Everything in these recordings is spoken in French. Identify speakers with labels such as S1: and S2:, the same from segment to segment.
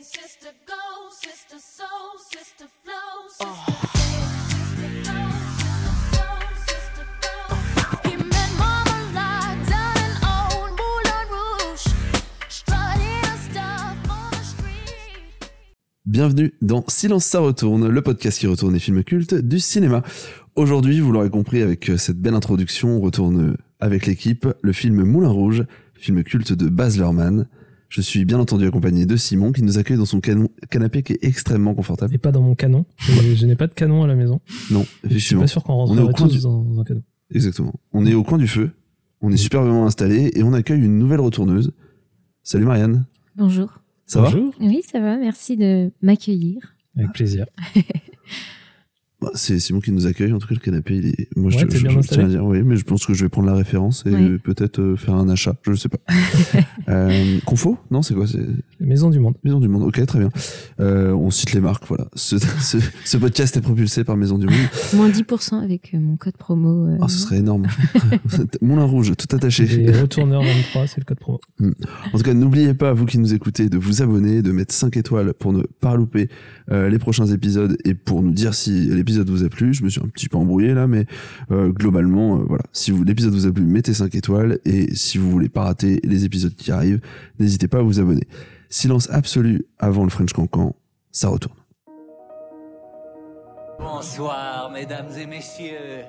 S1: sister, go, sister, soul, sister, flow, sister, dance, sister, go, sister, soul, sister, go. He met Marmalade down in old Moulin Rouge, strutting her stuff on the street.
S2: Bienvenue dans Silence ça retourne, le podcast qui retourne les films cultes du cinéma. Aujourd'hui, vous l'aurez compris avec euh, cette belle introduction, on retourne euh, avec l'équipe le film Moulin Rouge, film culte de Baz Luhrmann. Je suis bien entendu accompagné de Simon qui nous accueille dans son canon- canapé qui est extrêmement confortable.
S3: n'est pas dans mon canon. Je, je n'ai pas de canon à la maison.
S2: Non,
S3: Je suis
S2: effectivement.
S3: pas sûr qu'on
S2: On est au
S3: rentrerait
S2: coin
S3: tous
S2: du-
S3: dans, dans un canon.
S2: Exactement. On est au coin du feu, on est superbement installé et on accueille une nouvelle retourneuse. Salut Marianne,
S4: Bonjour.
S2: ça
S3: Bonjour.
S4: Oui, ça va, merci de m'accueillir.
S3: Avec plaisir.
S2: va Bah, C'est Simon qui nous accueille, en tout cas le canapé, il est... moi
S3: Ouais,
S2: je,
S3: t'es
S2: je-
S3: bien
S2: je
S3: installé.
S2: tiens à dire, oui, mais je pense que je vais prendre la référence et
S4: Oui.
S2: euh, peut-être euh, faire un achat, je ne sais pas. euh, Confo Non, c'est quoi c'est...
S3: La maison du monde.
S2: Maison du Monde, ok, très bien. Euh, on cite les marques, voilà. Ce, ce- ce podcast est propulsé par Maison du Monde.
S4: Moins 10% avec euh, mon code promo. euh,
S2: Oh, ce serait énorme. Moulin Rouge, tout attaché.
S3: Et retourneur 23, c'est le code promo.
S2: En tout cas, n'oubliez pas, vous qui nous écoutez, de vous abonner, de mettre 5 étoiles pour ne pas louper euh, les prochains épisodes et pour nous dire si l'épisode vous a plu. Je me suis un petit peu embrouillé là, mais euh, globalement, euh, voilà. Si vous- l'épisode vous a plu, mettez 5 étoiles et si vous voulez pas rater les épisodes qui arrivent, n'hésitez pas à vous abonner. Silence absolu avant le French Cancan, ça retourne.
S5: Bonsoir, mesdames et messieurs.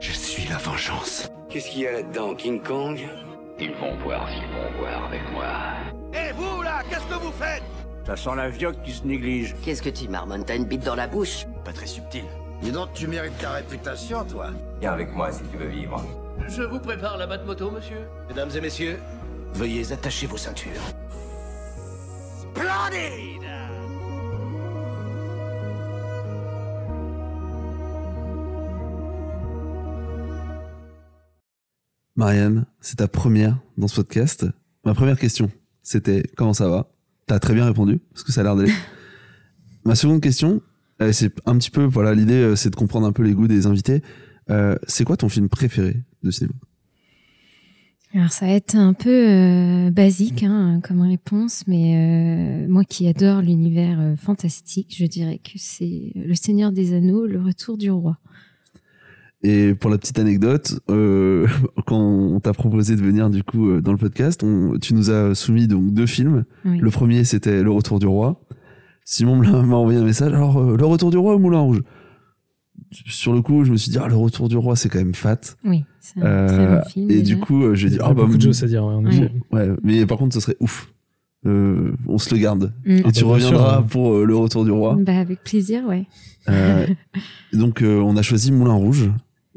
S6: Je suis la vengeance.
S7: Qu'est-ce qu'il y a là-dedans, King Kong
S6: Ils vont voir s'ils vont voir avec moi.
S7: Ça sent la vioque qui se néglige.
S8: Qu'est-ce que tu marmonnes T'as une bite dans la bouche
S7: Pas très subtil.
S6: Dis donc, tu mérites ta réputation, toi.
S7: Viens avec moi si tu veux vivre.
S5: Je vous prépare la batte moto, monsieur.
S6: Mesdames et messieurs, veuillez attacher vos ceintures. Splendide
S2: Marianne, c'est ta première dans ce podcast. Ma première question, c'était comment ça va T'as très bien répondu, parce que ça a l'air d'aller. Ma seconde question, euh, c'est un petit peu, voilà, l'idée, euh, c'est de comprendre un peu les goûts des invités. Euh, c'est quoi ton film préféré de cinéma
S4: Alors ça va être un peu euh, basique hein, comme réponse, mais euh, moi qui adore l'univers euh, fantastique, je dirais que c'est euh, Le Seigneur des Anneaux, Le Retour du Roi.
S2: Et pour la petite anecdote, euh, quand on t'a proposé de venir du coup euh, dans le podcast, on- tu nous as soumis donc deux films.
S4: Oui.
S2: Le premier, c'était Le Retour du Roi. Simon me l'a- m'a envoyé un message. Alors, euh, Le Retour du Roi ou Moulin Rouge Sur le coup, je me suis dit, ah, Le Retour du Roi, c'est quand même fat.
S4: Oui, c'est un très
S2: Euh,
S4: bon film.
S2: et
S4: déjà.
S2: du coup, euh, j'ai
S3: Il
S2: dit,
S3: y a
S2: ah
S3: pas
S2: bah,
S3: beaucoup de choses à dire, ouais, en effet.
S2: ouais, mais par contre, ce serait ouf. Euh, on se le garde.
S4: Mm.
S2: Et tu
S3: bah, bien sûr,
S2: reviendras
S3: ouais.
S2: pour euh, le retour du roi.
S4: Bah, avec plaisir, ouais.
S2: Euh, donc, euh, on a choisi Moulin Rouge.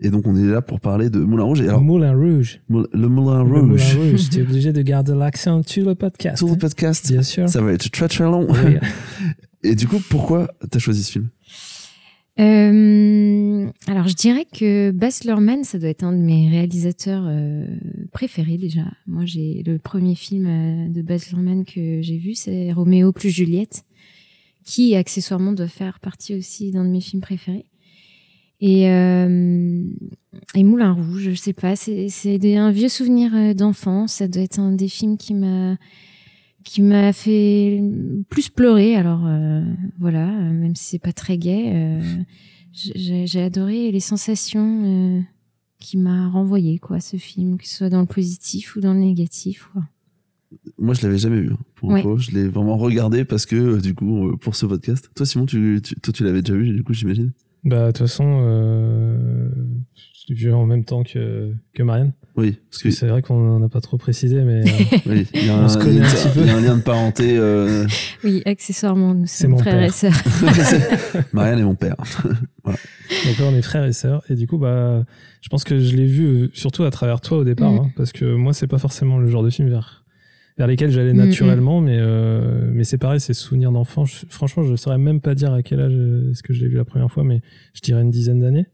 S2: Et donc, on est là pour parler de Moulin Rouge. Et alors,
S3: Moulin Rouge.
S2: Moul- le Moulin
S3: Le Moulin
S2: Rouge,
S3: Rouge. Tu es obligé de garder l'accent sur le podcast.
S2: sur le
S3: hein.
S2: podcast,
S3: Bien sûr.
S2: ça va être très très long.
S3: Oui.
S2: Et du coup, pourquoi t'as choisi ce film
S4: Euh, alors, je dirais que Baz Luhrmann, ça doit être un de mes réalisateurs euh, préférés déjà. Moi, j'ai le premier film euh, de Baz Luhrmann que j'ai vu, c'est Roméo plus Juliette, qui accessoirement doit faire partie aussi d'un de mes films préférés. Et, euh, et Moulin Rouge, je sais pas, c'est c'est des- un vieux souvenir euh, d'enfance. Ça doit être un des films qui m'a qui m'a fait plus pleurer. Alors euh, voilà, euh, même si c'est pas très gai, euh, j- j'ai j'ai adoré les sensations euh, qui m'a renvoyé quoi, ce film, que ce soit dans le positif ou dans le négatif. quoi.
S2: Moi, je l'avais jamais vu. hein, Pour
S4: Ouais.
S2: info. je l'ai vraiment regardé parce que, euh, du coup, euh, pour ce podcast. Toi, Simon, tu, tu- toi, tu l'avais déjà vu, du coup, j'imagine.
S3: Bah, de toute façon, euh, je l'ai vu en même temps que, que Marianne.
S2: Oui, parce que
S3: C'est vrai qu'on n'en a pas trop précisé, mais euh,
S2: Oui, il y a
S3: On
S2: un,
S3: se connaît
S2: il y a
S3: un
S2: une-
S3: petit peu.
S2: il y a un lien de parenté. euh,
S4: Oui, accessoirement, nous
S3: C'est
S4: sommes
S3: mon
S4: frères
S3: père.
S4: et sœurs.
S2: Marianne est mon père.
S3: Donc là, on est frères et sœurs. Et du coup, bah, je pense que je l'ai vu euh, surtout à travers toi au départ.
S4: Mhm.
S3: hein, parce que moi, c'est pas forcément le genre de film vers, vers lesquels j'allais
S4: Mhm.
S3: naturellement. Mais, euh, mais c'est pareil, ces souvenirs d'enfant. je- franchement, je saurais même pas dire à quel âge euh, est-ce que je l'ai vu la première fois. Mais je dirais une dizaine d'années.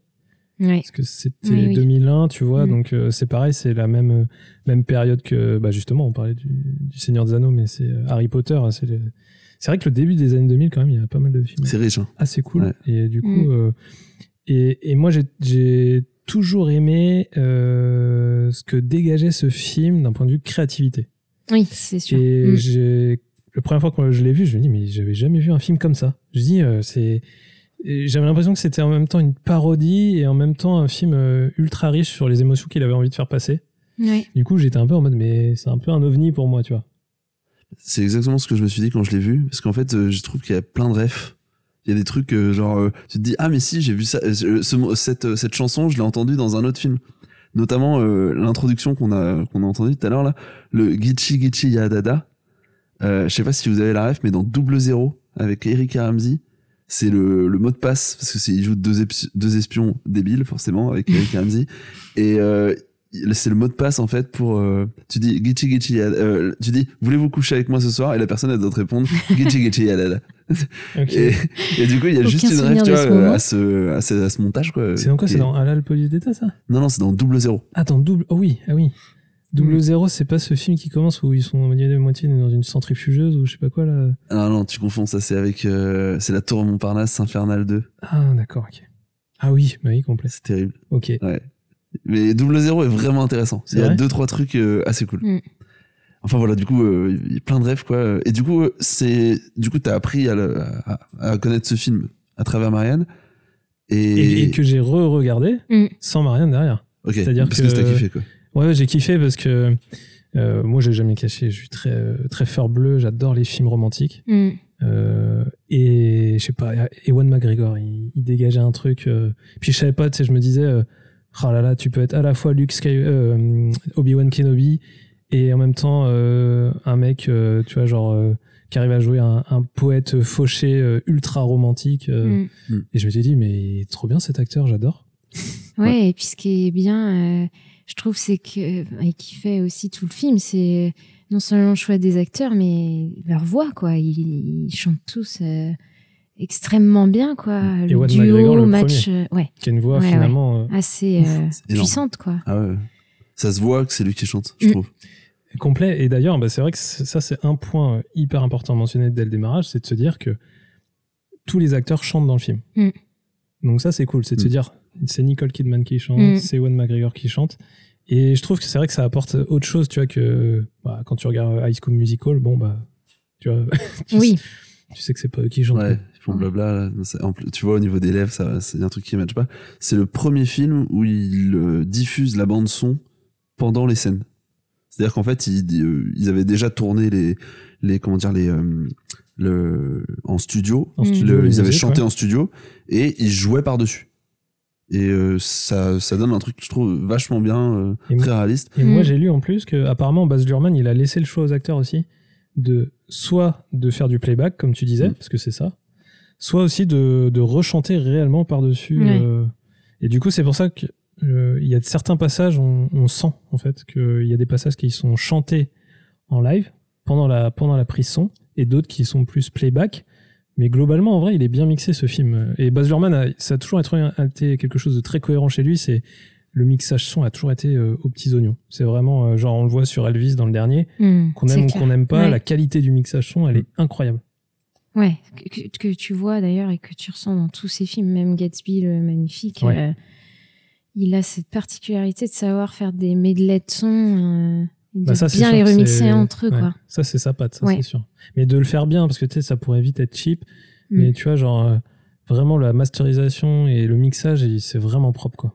S4: Ouais.
S3: Parce que c'était
S4: Oui, oui.
S3: 2001, tu vois.
S4: Mhm.
S3: Donc euh, c'est pareil, c'est la même, euh, même période que. Bah, justement, on parlait du, du Seigneur des Anneaux, mais c'est euh, Harry Potter. hein, C'est le- c'est vrai que le début des années 2000, quand même, il y a pas mal de films
S2: C'est riche. hein.
S3: assez cool.
S2: Ouais.
S3: Et du coup,
S4: Mm.
S3: euh, et, et moi, j'ai- j'ai toujours aimé euh, ce que dégageait ce film d'un point de vue créativité.
S4: Oui, c'est sûr.
S3: Et
S4: Mm.
S3: j'ai la première fois que je l'ai vu, je me dis, mais j'avais jamais vu un film comme ça. Je dis, euh, c'est. et J'avais l'impression que c'était en même temps une parodie et en même temps un film euh, ultra riche sur les émotions qu'il avait envie de faire passer.
S4: Ouais.
S3: Du coup, j'étais un peu en mode, mais c'est un peu un ovni pour moi, tu vois.
S2: C'est exactement ce que je me suis dit quand je l'ai vu, parce qu'en fait, euh, je trouve qu'il y a plein de refs. Il y a des trucs euh, genre, euh, tu te dis ah mais si j'ai vu ça, euh, ce mo- cette euh, cette chanson, je l'ai entendue dans un autre film. Notamment euh, l'introduction qu'on a qu'on a entendue tout à l'heure là, le Gichi Gichi Yadada. Euh, je sais pas si vous avez la ref, mais dans Double Zéro avec Erika Ramsey, c'est le, le mot de passe parce que c'est ils jouent deux, eps- deux espions débiles forcément avec Erika Ramsey et euh, il- c'est le mot de passe en fait pour euh, tu dis Gichi Gichi Yad- euh, tu dis voulez-vous coucher avec moi ce soir et la personne elle doit te répondre Gichi Gichi Yadada.
S3: Ok.
S2: Et, et du coup, il y a
S4: Aucun
S2: juste une rêve
S4: souvenir
S2: tu
S4: de
S2: vois,
S4: ce
S2: euh,
S4: moment.
S2: à, ce, à, ce, à ce montage. Quoi,
S3: C'est dans quoi
S2: qui
S3: C'est
S2: est-
S3: dans Halal Police d'État, ça
S2: Non, non, c'est dans double zéro.
S3: Attends, double. Oh oui, ah oui. Double zéro, c'est pas ce film qui commence où ils sont à moitié moitié dans une centrifugeuse ou je sais pas quoi là.
S2: Ah non, tu confonds, ça c'est avec. euh, c'est la Tour Montparnasse Infernal 2.
S3: Ah d'accord, ok. Ah oui, bah oui, complet.
S2: C'est terrible.
S3: Ok.
S2: Mais double zéro est vraiment intéressant.
S3: C'est
S2: Il y a
S3: vrai
S2: deux, trois trucs euh, assez cool.
S4: Mm.
S2: Enfin voilà, du coup, euh, il y a plein de rêves quoi. Et du coup, euh, c'est. Du coup, t'as appris à, le- à, à connaître ce film à travers Marianne. Et.
S3: Et, et que j'ai re-regardé
S4: Mm.
S3: sans Marianne derrière.
S2: Ok,
S3: c'est-à-dire
S2: parce
S3: que-
S2: que, t'as kiffé quoi.
S3: Ouais, ouais, j'ai kiffé parce que euh, moi j'ai jamais caché. Je suis très euh, très fleur bleue. J'adore les films romantiques.
S4: Mm.
S3: Euh, et je sais pas, Ewan McGregor, il, il dégageait un truc. euh, puis je savais pas, tu sais, je me disais, euh, ah là là, tu peux être à la fois Luke Sky, euh, Obi-Wan Kenobi et en même temps euh, un mec, euh, tu vois, genre, euh, qui arrive à jouer un, un poète fauché euh, ultra romantique. euh,
S4: Mm.
S3: Et je me suis dit, mais trop bien cet acteur, j'adore.
S4: Ouais, et puis ce qui est bien, euh, je trouve, c'est que. euh, Et qui fait aussi tout le film, c'est euh, non seulement le choix des acteurs, mais leur voix, quoi. Ils, ils chantent tous euh, extrêmement bien, quoi.
S3: Mm.
S4: Le
S3: Ewan
S4: duo,
S3: McGregor, le
S4: match, euh, ouais,
S3: Qui a une voix
S4: Ouais,
S3: finalement euh,
S4: assez euh,
S2: C'est énorme.
S4: puissante, quoi.
S2: Ah ouais. Ça se voit que c'est lui qui chante, je
S4: Mm.
S2: trouve.
S3: complet. Et d'ailleurs, bah, c'est vrai que c- ça, c'est un point euh, hyper important à mentionner dès le démarrage, c'est de se dire que tous les acteurs chantent dans le film.
S4: Mm.
S3: Donc ça, c'est cool, c'est de se
S2: Mm.
S3: dire, c'est Nicole Kidman qui chante,
S4: Mm.
S3: c'est Ewan McGregor qui chante. Et je trouve que c'est vrai que ça apporte autre chose, tu vois, que bah, quand tu regardes High School Musical, bon, bah, tu vois, tu,
S4: Oui,
S3: tu sais que c'est pas eux qui chantent.
S2: Ouais, ils font blabla. là. C'est- en plus, tu vois, au niveau des lèvres, ça, c'est un truc qui ne matche pas. C'est le premier film où ils euh, diffusent la bande-son pendant les scènes. C'est-à-dire qu'en fait, ils, euh, ils avaient déjà tourné les, les comment dire, les, euh, le, en studio.
S3: En
S4: Mm.
S3: studio,
S2: Le-
S3: les
S2: ils avaient
S3: musiques,
S2: chanté
S3: ouais.
S2: en studio et ils jouaient par-dessus. Et euh, ça, ça donne un truc que je trouve vachement bien, euh,
S3: Et
S2: très réaliste.
S3: Et moi,
S4: Mm.
S3: j'ai lu en plus que apparemment Baz Luhrmann, il a laissé le choix aux acteurs aussi de soit de faire du playback, comme tu disais,
S2: Mm.
S3: parce que c'est ça, soit aussi de, de rechanter réellement par-dessus.
S4: Ouais.
S3: euh, et du coup, c'est pour ça que euh, il y a de certains passages, on, on sent en fait qu'il y a des passages qui sont chantés en live pendant la, pendant la prise son, et d'autres qui sont plus playback. Mais globalement, en vrai, il est bien mixé ce film. Et Baz Luhrmann, a- ça a toujours été- été quelque chose de très cohérent chez lui. C'est le mixage son a toujours été euh, aux petits oignons. C'est vraiment euh, genre on le voit sur Elvis dans le dernier,
S4: Mm,
S3: qu'on
S4: c'est
S3: aime ou
S4: clair.
S3: qu'on n'aime pas,
S4: Ouais.
S3: la qualité du mixage son, elle est incroyable.
S4: Ouais, que, que- que tu vois d'ailleurs et que tu ressens dans tous ces films, même Gatsby le Magnifique,
S3: Ouais.
S4: euh, il a cette particularité de savoir faire des medley de sons euh, et de
S3: Bah, ça, c'est
S4: bien
S3: sûr
S4: les
S3: que
S4: remixer
S3: c'est-
S4: entre eux,
S3: ouais.
S4: quoi.
S3: Ça c'est sa patte, ça
S4: Ouais.
S3: c'est sûr. Mais de le faire bien parce que tu sais ça pourrait vite être cheap,
S4: Mm.
S3: mais tu vois genre euh, vraiment la masterisation et le mixage il- c'est vraiment propre quoi.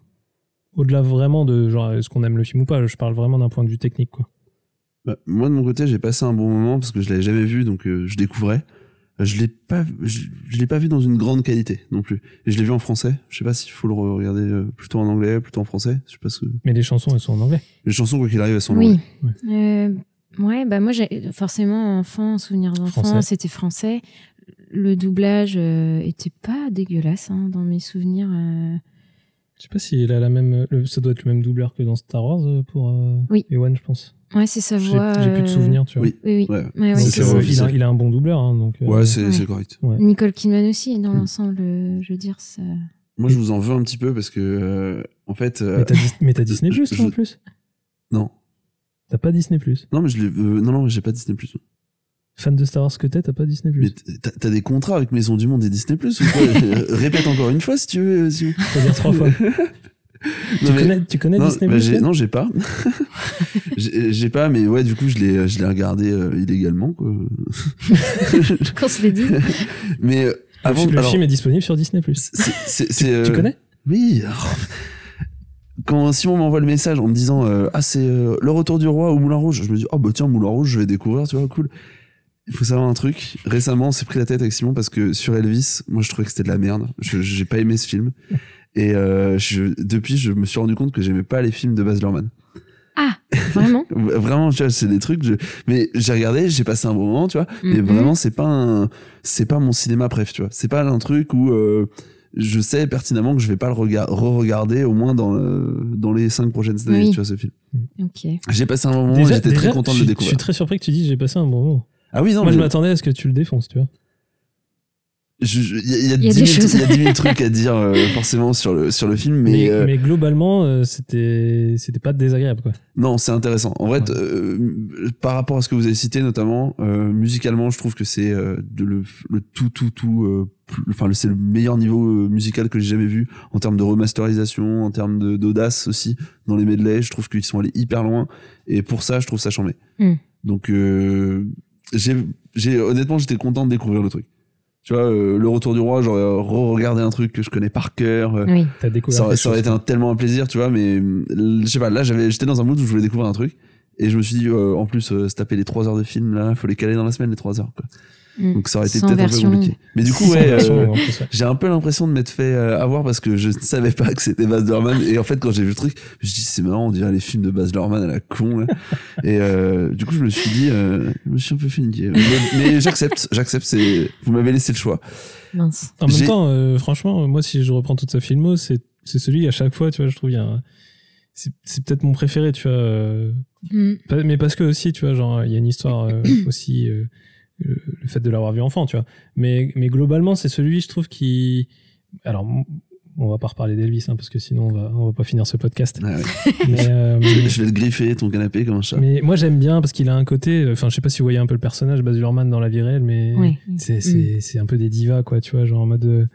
S3: Au-delà vraiment de genre est-ce qu'on aime le film ou pas, je parle vraiment d'un point de vue technique quoi.
S2: Bah, moi, de mon côté, j'ai passé un bon moment parce que je l'avais jamais vu, donc euh, je découvrais. Euh, Je l'ai pas, je, je l'ai pas vu dans une grande qualité non plus. Et je l'ai vu en français. Je sais pas s'il faut le regarder euh, plutôt en anglais, plutôt en français. Je sais pas ce que
S3: Mais les chansons elles sont en anglais.
S2: les chansons quoi qu'il arrive elles sont. en
S4: Oui.
S3: Ouais.
S4: Euh, ouais, bah moi, j'ai forcément, enfant, souvenir d'enfant,
S3: Français.
S4: c'était français. Le doublage euh, était pas dégueulasse hein, dans mes souvenirs. euh.
S3: Je sais pas si a la même le- ça doit être le même doubleur que dans Star Wars euh, pour euh,
S4: Oui.
S3: Ewan je pense.
S4: Ouais, c'est sa
S3: J'ai
S4: voix.
S3: j'ai plus de
S4: euh,
S3: souvenirs tu vois.
S2: Oui.
S4: Oui, oui.
S2: Ouais.
S4: Ouais, ouais,
S3: Donc,
S2: C'est
S3: euh,
S2: ça,
S3: il, a,
S2: officiel.
S3: il a un bon doubleur. hein, donc, euh,
S2: Ouais, c'est
S4: Ouais.
S2: c'est correct.
S4: Nicole Kidman aussi, dans
S2: Mm.
S4: l'ensemble, euh, je veux dire, ça.
S2: Moi, je vous en veux un petit peu parce que euh, en fait, euh,
S3: Mais t'as Dis- mais t'as Disney Plus,
S2: je-
S3: toi, en plus
S2: non,
S3: T'as pas Disney Plus.
S2: non, mais je l'ai- euh, non, non, j'ai pas Disney Plus.
S3: Fan de Star Wars que t'es, t'as pas Disney
S2: Mais
S3: Plus.
S2: t'as t'as des contrats avec Maison du Monde et Disney Plus ou quoi Répète encore une fois si tu veux. euh, si-
S3: Faut dire trois fois.
S2: Non,
S3: tu,
S2: mais-
S3: connais, tu connais
S2: non,
S3: Disney
S2: bah,
S3: Plus
S2: j'ai-
S3: toi
S2: Non, j'ai pas. j'ai j'ai pas, mais ouais, du coup, je l'ai, je l'ai regardé euh, illégalement. Quoi.
S4: Qu'on se le dit.
S2: mais euh,
S3: Le
S2: avant,
S3: fi- le
S2: alors,
S3: film est disponible sur Disney Plus.
S2: c'est- c'est- c'est, euh,
S3: Tu connais
S2: Oui. alors, Quand Simon m'envoie le message en me disant euh, ah c'est euh, le retour du roi ou Moulin Rouge, je me dis oh bah tiens Moulin Rouge je vais découvrir tu vois cool. Il faut savoir un truc. Récemment, on s'est pris la tête avec Simon parce que sur Elvis, moi je trouvais que c'était de la merde. Je j'ai pas aimé ce film et euh, je- depuis je me suis rendu compte que j'aimais pas les films de Baz Luhrmann.
S4: Ah, vraiment
S2: V- Vraiment, tu vois, c'est des trucs. je- Mais j'ai regardé, j'ai passé un bon moment, tu vois. Mais
S4: Mhm.
S2: vraiment, c'est pas un, c'est pas mon cinéma préf, tu vois. C'est pas un truc où euh, je sais pertinemment que je vais pas le rega- re-regarder au moins dans le- dans les cinq prochaines années,
S4: Oui.
S2: tu vois ce film.
S4: Ok.
S2: J'ai passé un bon moment,
S3: Déjà-
S2: j'étais
S3: déjà,
S2: très content de le
S3: je suis- Je
S2: découvrir.
S3: suis très surpris que tu dises j'ai passé un bon moment.
S2: Ah oui, non,
S3: Moi, je
S2: mais
S3: m'attendais à ce que tu le défonces, tu vois.
S2: je- je- il y a- il y a
S4: Il y a
S2: dix
S4: des
S2: mille-
S4: choses.
S2: il y a dix mille trucs à dire euh, forcément sur le sur le film, mais,
S3: Mais,
S2: euh,
S3: mais globalement, euh, c'était c'était pas désagréable, quoi.
S2: Non, c'est intéressant. En vrai,
S3: Ouais.
S2: euh, par rapport à ce que vous avez cité, notamment euh, musicalement, je trouve que c'est euh, de le, le tout, tout, tout. euh, plus- Enfin, le- c'est le meilleur niveau euh, musical que j'ai jamais vu en termes de remasterisation, en termes de- d'audace aussi dans les medley. Je trouve qu'ils sont allés hyper loin et pour ça, je trouve ça chambé.
S4: Mm.
S2: Donc, euh, j'ai, j'ai honnêtement, j'étais content de découvrir le truc. Tu vois, euh, le retour du roi, j'aurais re-regardé un truc que je connais par cœur. euh,
S4: Oui.
S3: T'as découvert.
S2: ça aurait,
S3: quelque
S2: ça aurait
S3: chose.
S2: été un- tellement un plaisir, tu vois, mais hum, je sais pas, là j'avais, j'étais dans un mood où je voulais découvrir un truc. Et je me suis dit, euh, en plus, euh, se taper les 3 heures de film, là, faut les caler dans la semaine, les 3 heures. Quoi.
S4: Mm.
S2: Donc ça aurait été
S4: Sans
S2: peut-être un peu
S4: version.
S2: compliqué. Mais du coup,
S3: Sans
S2: ouais,
S3: version,
S2: euh,
S3: en plus, ouais.
S2: j'ai un peu l'impression de m'être fait euh, avoir parce que je ne savais pas que c'était Baz Luhrmann. Et en fait, quand j'ai vu le truc, je me suis dit, c'est marrant, on dirait les films de Baz Luhrmann à la con. Là. Et euh, du coup, je me suis dit, euh, je me suis un peu fait niquer. Mais, mais j'accepte, j'accepte, c'est, vous m'avez laissé le choix.
S4: Mince.
S3: En même
S2: j'ai-
S3: temps, euh, franchement, moi, si je reprends toute sa filmo, c'est c'est celui à chaque fois, tu vois, je trouve, il y a un- c'est c'est peut-être mon préféré, tu vois. euh,
S2: Mhm.
S4: Mm.
S3: Pas- Mais parce que aussi, tu vois, genre, il y a une histoire euh, aussi, euh, le le fait de l'avoir vu enfant, tu vois. Mais, mais globalement, c'est celui, je trouve, qui. Alors, m- on va pas reparler d'Elvis, hein, parce que sinon, on va, on va pas finir ce podcast.
S2: Ouais, ouais.
S3: Mais, euh,
S2: Je vais te griffer ton canapé comme un chat.
S3: mais moi, j'aime bien, parce qu'il a un côté. euh, Enfin, je sais pas si vous voyez un peu le personnage, Baz Luhrmann, dans la vie réelle, mais
S4: Ouais.
S3: c'est c'est- c'est un peu des divas, quoi, tu vois, genre en mode. euh,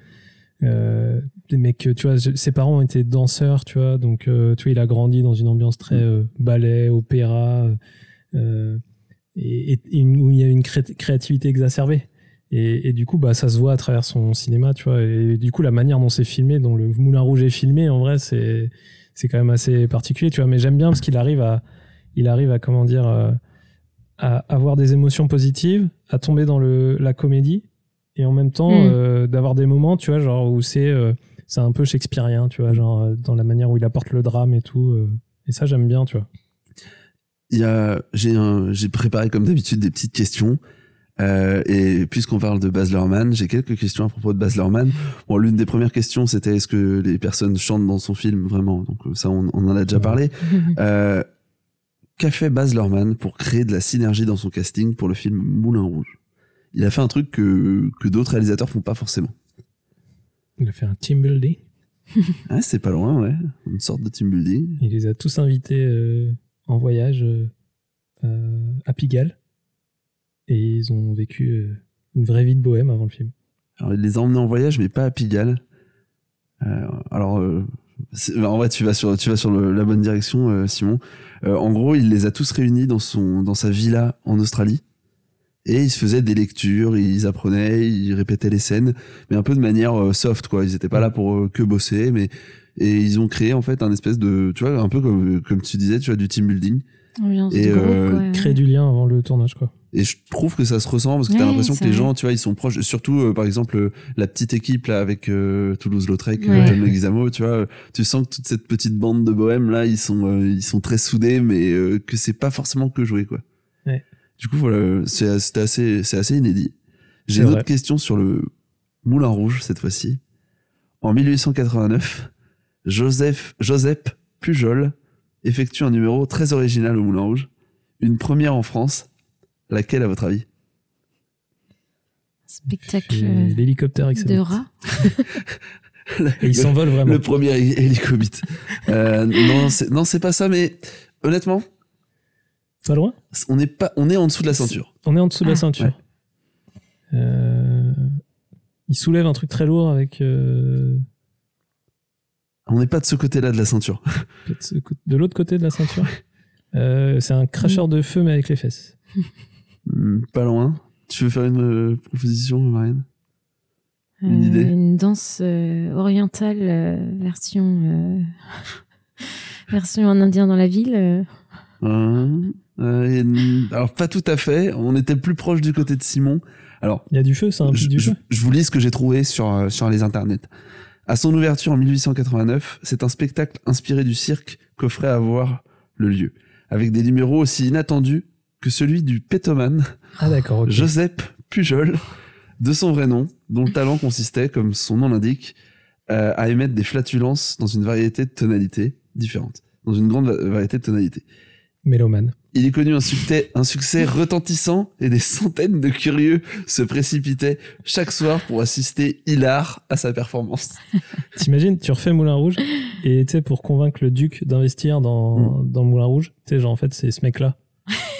S3: euh, des mecs, tu vois, je- ses parents étaient danseurs, tu vois, donc euh, tu vois, il a grandi dans une ambiance très euh, ballet, opéra, euh, et, et- et une- où il y a une cré- créativité exacerbée. Et, et du coup, bah, ça se voit à travers son cinéma, tu vois, et du coup, la manière dont c'est filmé, dont le Moulin Rouge est filmé, en vrai, c'est c'est quand même assez particulier, tu vois, mais j'aime bien parce qu'il arrive à, il arrive à, comment dire, euh, à avoir des émotions positives, à tomber dans le, la comédie, et en même temps
S4: Mm.
S3: euh, d'avoir des moments, tu vois, genre où c'est euh, c'est un peu shakespearien, tu vois, genre euh, dans la manière où il apporte le drame et tout. euh, et ça, j'aime bien, tu vois.
S2: Il y a, j'ai, un- j'ai préparé comme d'habitude des petites questions. Euh, et puisqu'on parle de Baz Luhrmann, j'ai quelques questions à propos de Baz Luhrmann. Bon, l'une des premières questions, c'était est-ce que les personnes chantent dans son film vraiment Donc euh, ça, on, on en a déjà
S3: Ouais.
S2: parlé. Euh, qu'a fait Baz Luhrmann pour créer de la synergie dans son casting pour le film Moulin Rouge Il a fait un truc que, que d'autres réalisateurs font pas forcément.
S3: Il a fait un team building.
S2: Ah, c'est pas loin, ouais. Une sorte de team building.
S3: Il les a tous invités euh, en voyage euh, euh, à Pigalle. Et ils ont vécu euh, une vraie vie de bohème avant le film.
S2: Alors, il les a emmenés en voyage, mais pas à Pigalle. Euh, alors, euh, c'est- bah, en vrai, tu vas sur, tu vas sur le- la bonne direction, euh, Simon. Euh, en gros, il les a tous réunis dans, son, dans sa villa en Australie. Et ils se faisaient des lectures, ils apprenaient, ils répétaient les scènes, mais un peu de manière euh, soft, quoi. Ils étaient pas là pour euh, que bosser, mais et ils ont créé en fait un espèce de, tu vois, un peu comme comme tu disais, tu vois, du team building.
S4: Ambiance
S2: Et,
S4: de groupe,
S2: euh,
S4: quoi, Ah ouais.
S3: Créer du lien avant le tournage, quoi.
S2: Et je trouve que ça se ressent parce que t'as
S4: Ouais,
S2: l'impression que
S4: c'est
S2: les
S4: vrai.
S2: gens, tu vois, ils sont proches. Surtout, euh, par exemple, euh, la petite équipe là avec euh, Toulouse-Lautrec, euh,
S4: Ouais.
S2: John Le Guisamo, tu vois, euh, tu sens que toute cette petite bande de bohèmes là, ils sont, euh, ils sont très soudés, mais euh, que c'est pas forcément que jouer quoi.
S3: Ouais.
S2: Du coup, voilà, euh, c'est as- c'était assez, c'est assez inédit. J'ai
S3: C'est
S2: une
S3: vrai.
S2: autre question sur le Moulin Rouge cette fois-ci. En 1889, Joseph, Joseph Pujol effectue un numéro très original au Moulin Rouge, une première en France. Laquelle, à votre avis
S4: Spectacle euh,
S3: Fait L'hélicoptère, etc.
S4: de rats.
S3: Et ils s'envolent vraiment.
S2: Le premier hé- hélicobit. Euh, non, c'est, non, c'est pas ça, mais honnêtement,
S3: Pas loin
S2: on est pas, on est en dessous de la ceinture.
S3: On est en dessous de
S4: Ah.
S3: la ceinture.
S2: Ouais.
S3: Euh, il soulève un truc très lourd avec. euh,
S2: On n'est pas de ce côté-là de la ceinture.
S3: Peut-être ce cô- De l'autre côté de la ceinture. Euh, c'est un cracheur de feu, mais avec les fesses.
S2: Hmm, Pas loin. Tu veux faire une euh, proposition, Marianne Une
S4: Euh,
S2: idée
S4: Une danse euh, orientale euh, version euh, version un indien dans la ville. euh.
S2: Hein Euh, et n- Alors, pas tout à fait. On était plus proche du côté de Simon. Alors,
S3: Il y a du feu, ça implique
S2: je,
S3: du
S2: je-
S3: feu.
S2: je vous lis ce que j'ai trouvé sur, euh, sur les internets. À son ouverture en 1889, c'est un spectacle inspiré du cirque qu'offrait à voir le lieu, avec des numéros aussi inattendus que celui du pétoman
S3: Ah d'accord, ok.
S2: Joseph Pujol, de son vrai nom, dont le talent consistait, comme son nom l'indique, euh, à émettre des flatulences dans une variété de tonalités différentes, dans une grande va- variété de tonalités.
S3: Mélomane.
S2: Il est connu un succès, un succès retentissant et des centaines de curieux se précipitaient chaque soir pour assister hilar à sa performance.
S3: T'imagines, tu refais Moulin Rouge et tu sais, pour convaincre le duc d'investir dans,
S2: Mm.
S3: dans Moulin Rouge, tu sais, genre en fait, c'est ce mec-là.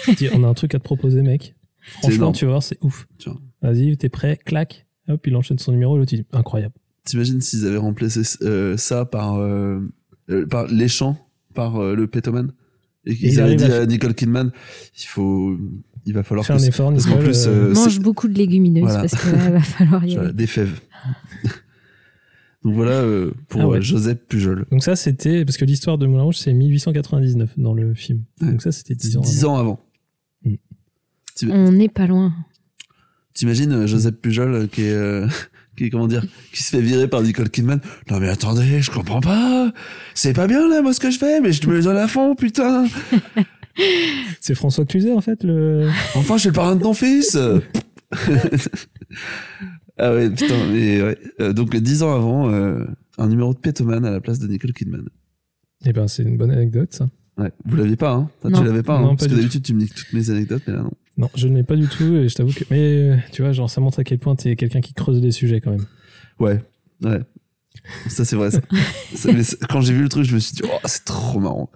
S3: Tu dis, on a un truc à te proposer, mec. Franchement,
S2: énorme.
S3: tu vas voir, c'est ouf.
S2: Tu vois.
S3: Vas-y, t'es prêt, clac. Hop, il enchaîne son numéro, l'autre il dit incroyable.
S2: T'imagines s'ils avaient remplacé euh, ça par, euh, euh, par les chants, par euh, le pétoman Et
S3: Et il
S2: qu'ils avaient
S3: arrive
S2: dit
S3: à-
S2: à Nicole Kidman, il faut, il va falloir
S3: Fais
S2: que
S3: un effort,
S2: parce qu'en
S3: Nicole,
S2: plus,
S3: euh,
S2: euh, c'est-
S4: Mange beaucoup de légumineuses
S2: Voilà.
S4: parce que là, va falloir y
S2: Voilà,
S4: aller.
S2: des fèves. Donc voilà euh, pour
S3: Ah ouais.
S2: euh, Joseph Pujol.
S3: Donc ça, c'était parce que l'histoire de Moulin Rouge, c'est 1899 dans le film.
S2: Ouais.
S3: Donc ça, c'était 10 ans.
S2: 10 ans avant.
S3: Mm.
S2: T'im-
S4: On n'est pas loin.
S2: T'imagines euh, Joseph Pujol euh, qui est, euh, qui est, comment dire, qui se fait virer par Nicole Kidman. Non mais attendez, je comprends pas. C'est pas bien là, moi ce que je fais, mais je me donne à fond, putain.
S3: avant. C'est François Cluzet en fait. Le...
S2: Enfin, je suis le parrain de ton fils. ah ouais, putain. Mais ouais. Euh, donc 10 ans avant, euh, un numéro de Pétoman à la place de Nicole Kidman.
S3: Eh ben, c'est une bonne anecdote. Ça.
S2: Ouais, vous l'aviez pas, hein Toi,
S4: Non.
S2: Tu l'avais pas, hein
S3: Non, pas
S2: Parce
S3: du
S2: que
S3: tout.
S2: d'habitude, tu me dis toutes mes anecdotes, mais là, non.
S3: Non, je ne l'ai pas du tout. Et je t'avoue que, mais euh, tu vois, genre, ça montre à quel point t'es quelqu'un qui creuse les sujets quand même.
S2: Ouais, ouais. Ça, c'est vrai, ça. Ça, mais c'est- quand j'ai vu le truc, je me suis dit, oh, c'est trop marrant.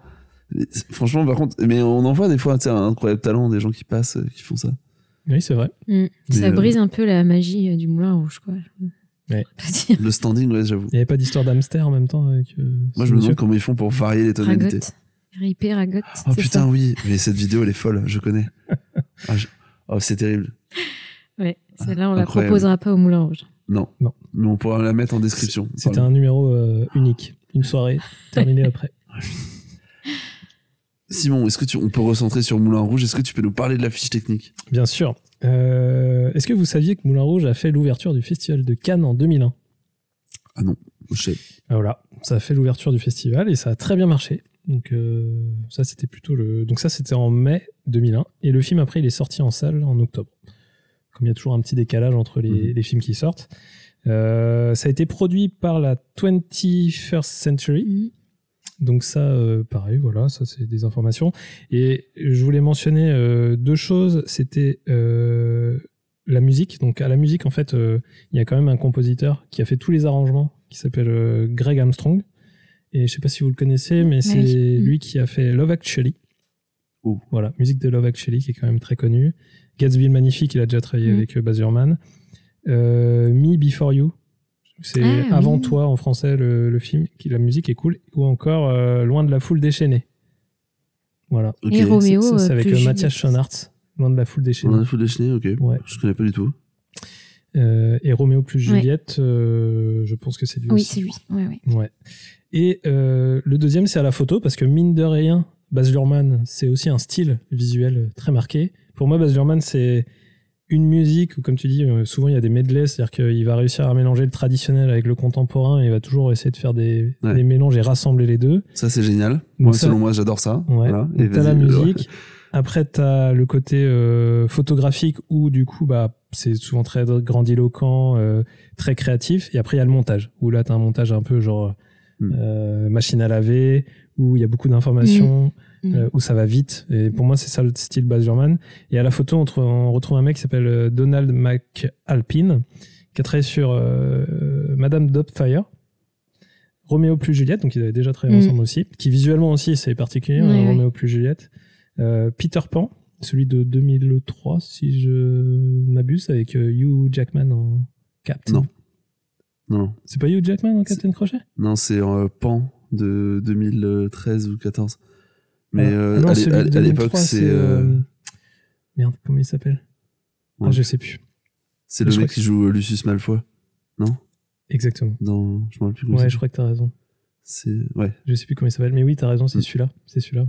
S2: Et c'est- Franchement, par contre, mais on en voit des fois, tu sais, un incroyable talent, des gens qui passent, euh, qui font ça.
S3: Oui, c'est vrai.
S4: Mm.
S2: Mais,
S4: Ça
S2: euh,
S4: brise un peu la magie euh, du Moulin Rouge, quoi.
S3: Ouais.
S4: Petit
S2: Le standing, ouais, j'avoue.
S3: Il n'y avait pas d'histoire d'hamster en même temps avec. euh,
S2: Moi,
S3: ce
S2: je me
S3: monsieur
S2: demande comment ils font pour varier les tonalités.
S4: Ragotte. RIP Ragotte.
S2: Oh
S4: c'est
S2: putain,
S4: ça
S2: oui, mais cette vidéo, elle est folle, je connais. Ah, je- Oh, c'est terrible.
S4: Ouais, celle-là, on la
S2: Incroyable.
S4: proposera pas au Moulin Rouge.
S2: Non.
S3: Non.
S2: Mais on pourra la mettre en description.
S3: C'était un numéro euh, unique, une soirée terminée après.
S2: Simon, est-ce que tu, on peut recentrer sur Moulin Rouge Est-ce que tu peux nous parler de la fiche technique
S3: Bien sûr. Euh, Est-ce que vous saviez que Moulin Rouge a fait l'ouverture du festival de Cannes en 2001
S2: Je sais.
S3: Ah, Voilà, ça a fait l'ouverture du festival et ça a très bien marché. Donc euh, ça c'était plutôt le donc ça c'était en mai 2001 et le film après il est sorti en salle en octobre. Comme il y a toujours un petit décalage entre les,
S2: Mhm.
S3: les films qui sortent. Euh, ça a été produit par la 21st Century.
S4: Mhm.
S3: Donc ça, euh, pareil, voilà, ça c'est des informations. Et je voulais mentionner euh, deux choses. C'était euh, la musique. Donc à la musique, en fait, euh, il y a quand même un compositeur qui a fait tous les arrangements, qui s'appelle euh, Greg Armstrong. Et je sais pas si vous le connaissez, mais c'est
S4: Oui.
S3: lui qui a fait Love Actually.
S2: Oh.
S3: Voilà, musique de Love Actually, qui est quand même très connue. Gatsby le Magnifique, il a déjà travaillé
S4: Mm.
S3: avec euh, Baz Luhrmann. Euh, Me Before You, c'est
S4: Ah,
S3: Avant
S4: oui.
S3: toi en français le, le film, qui, la musique est cool. Ou encore euh, Loin de la foule déchaînée. Voilà.
S2: Ok.
S4: Et Roméo.
S3: Ça, c'est
S4: euh,
S3: avec
S4: plus
S3: euh,
S4: Juliette.
S3: Mathias Schoenaerts, Loin de la foule déchaînée.
S2: On a fou de chenille, ok.
S3: Ouais.
S2: Je connais pas du tout.
S3: Euh, et Roméo plus
S4: Ouais.
S3: Juliette, euh, je pense que c'est lui
S4: Oui,
S3: aussi.
S4: c'est lui. Ouais, ouais.
S3: Ouais. Et euh, le deuxième, c'est à la photo, parce que mine de rien, Baz Luhrmann, c'est aussi un style visuel euh, très marqué. Pour moi, Baz Luhrmann, c'est une musique, ou comme tu dis, euh, souvent il y a des medleys, c'est-à-dire qu'il va réussir à mélanger le traditionnel avec le contemporain, et il va toujours essayer de faire des,
S2: Ouais.
S3: des mélanges et rassembler les deux.
S2: Ça, c'est génial. Moi,
S3: Donc ça-
S2: selon moi, j'adore ça.
S3: Ouais.
S2: Voilà.
S3: Donc, t'as la
S2: vas-y, euh,
S3: musique. Après, t'as le côté euh, photographique où, du coup, bah, c'est souvent très grandiloquent, euh, très créatif. Et après, il y a le montage, où là, t'as un montage un peu genre
S2: Mm.
S3: euh, machine à laver, où il y a beaucoup d'informations,
S4: Mm.
S3: euh, où ça va vite. Et pour moi, c'est ça le style Baz Luhrmann. Et à la photo, on, trouve- on retrouve un mec qui s'appelle euh, Donald McAlpine, qui a travaillé sur euh, euh, Madame Doubtfire. Roméo plus Juliette, donc ils avaient déjà travaillé
S4: Mm.
S3: ensemble aussi, qui visuellement aussi c'est particulier,
S4: Ouais,
S3: hein,
S4: ouais.
S3: Roméo plus Juliette. Euh, Peter Pan, celui de 2003, si je m'abuse, avec euh, Hugh Jackman en Captain.
S2: Non. Non,
S3: C'est pas Hugh Jackman dans Captain Crochet
S2: non c'est euh, Pan de 2013 ou 14. Mais
S3: Ah,
S2: euh,
S3: non,
S2: à l'é-
S3: celui
S2: à
S3: de
S2: l'é- à
S3: 2003,
S2: l'époque, c'est euh,
S3: euh, Merde, comment il s'appelle
S2: ouais.
S3: Ah, je sais plus.
S2: c'est le
S3: je
S2: mec
S3: crois que-
S2: qui joue euh, Lucius Malfoy. Non
S3: Exactement.
S2: Dans... Je me rappelle plus comment
S3: Ouais,
S2: il
S3: je crois que t'as raison.
S2: s'appelle. C'est- Ouais.
S3: Je sais plus comment il s'appelle, mais oui, t'as raison, c'est
S2: Mm.
S3: celui-là. C'est celui-là.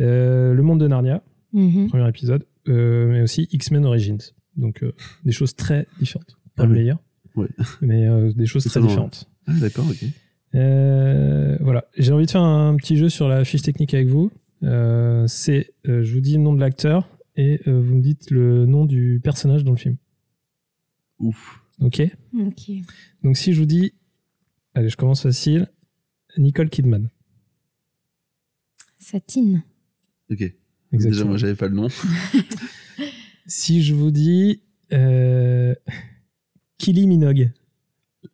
S3: Euh, le monde de Narnia,
S4: Mhm.
S3: premier épisode, euh, mais aussi X-Men Origins. Donc euh, des choses très différentes. Pas
S2: Ah
S3: le
S2: oui.
S3: meilleur,
S2: Ouais.
S3: mais euh, des choses très
S2: Totalement.
S3: différentes.
S2: Ah, d'accord, ok.
S3: Euh, voilà, j'ai envie de faire un petit jeu sur la fiche technique avec vous. Euh, c'est, euh, je vous dis le nom de l'acteur et euh, vous me dites le nom du personnage dans le film.
S2: Ouf.
S3: Ok
S4: Ok.
S3: Donc si je vous dis, allez, je commence facile, Nicole Kidman.
S4: Satine.
S2: Ok. Déjà,
S3: Exactement.
S2: moi, j'avais pas le nom.
S3: si je vous dis euh, Kylie Minogue,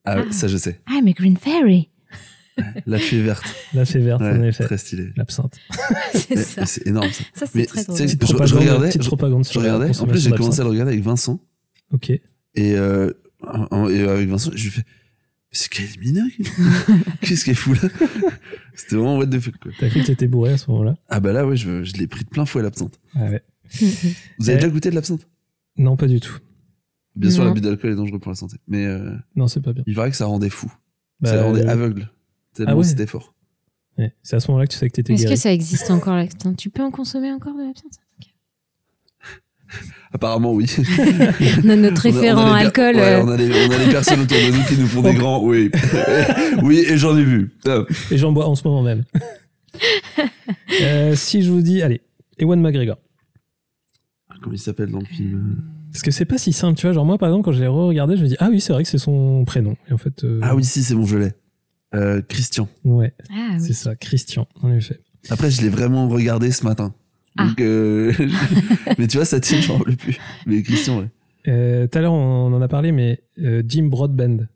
S2: Ah, ouais,
S4: Ah.
S2: ça, je sais.
S4: I'm a green fairy.
S2: La fée verte.
S3: la fée verte, en
S2: Ouais,
S3: effet,
S2: très stylé.
S3: l'absinthe.
S2: Mais-
S4: c'est ça.
S2: mais C'est énorme, ça.
S4: Ça,
S2: mais
S4: c'est très drôle.
S2: c'est-
S3: Petite
S2: je- je
S3: propagande,
S2: regardais-
S3: petite
S2: je-
S3: propagande sur
S2: Je
S3: la
S2: regardais. En plus,
S3: consommation
S2: j'ai commencé à
S3: d'absinthe.
S2: le regarder avec Vincent.
S3: Ok.
S2: Et, euh, en- en- et euh, avec Vincent, je lui fais C'est Kylie Minogue Qu'est-ce qu'elle fout là C'était vraiment what the fuck quoi.
S3: T'as cru que t'étais bourré à ce moment-là
S2: Ah bah là, ouais, je, je l'ai pris de plein fouet l'absinthe.
S3: Ah ouais.
S2: Vous avez
S3: Eh.
S2: déjà goûté de l'absinthe
S3: Non, pas du tout.
S2: Bien sûr,
S4: Non.
S2: l'abus d'alcool est dangereux pour la santé. Mais euh,
S3: Non, c'est pas bien.
S2: il paraît que ça rendait fou.
S3: Bah,
S2: ça rendait
S3: euh,
S2: aveugle. Tellement
S3: ah ouais.
S2: c'était fort.
S3: ouais. C'est à ce moment-là que tu sais que t'étais
S4: Est-ce
S3: guéri.
S4: que ça existe encore l'absinthe Tu peux en consommer encore de l'absinthe
S2: Apparemment, oui.
S4: Non, Notre
S2: On a- on a
S4: référent
S2: les per-
S4: alcool.
S2: ouais,
S4: euh,
S2: on, a les, on a les personnes autour de nous qui nous font des
S3: Donc-
S2: grands. Oui. oui, et j'en ai vu. Top.
S3: Et j'en bois en ce moment même. Euh, si je vous dis, allez, Ewan McGregor.
S2: Ah, Comment il s'appelle dans le film
S3: Parce que c'est pas si simple, tu vois. Genre, moi, par exemple, quand je l'ai re-regardé, je me dis, ah oui, c'est vrai que c'est son prénom. Et en fait, euh,
S2: Ah oui, si, c'est bon, je l'ai. Euh, Christian.
S3: Ouais,
S4: Ah
S3: c'est
S4: oui.
S3: ça, Christian, en effet.
S2: Après, je l'ai vraiment regardé ce matin.
S4: Ah.
S2: Donc, euh, mais tu vois, ça tient, je m'en rappelle plus. Mais Christian, ouais.
S3: Euh, Tout à l'heure, on en a parlé, mais euh, Jim Broadband.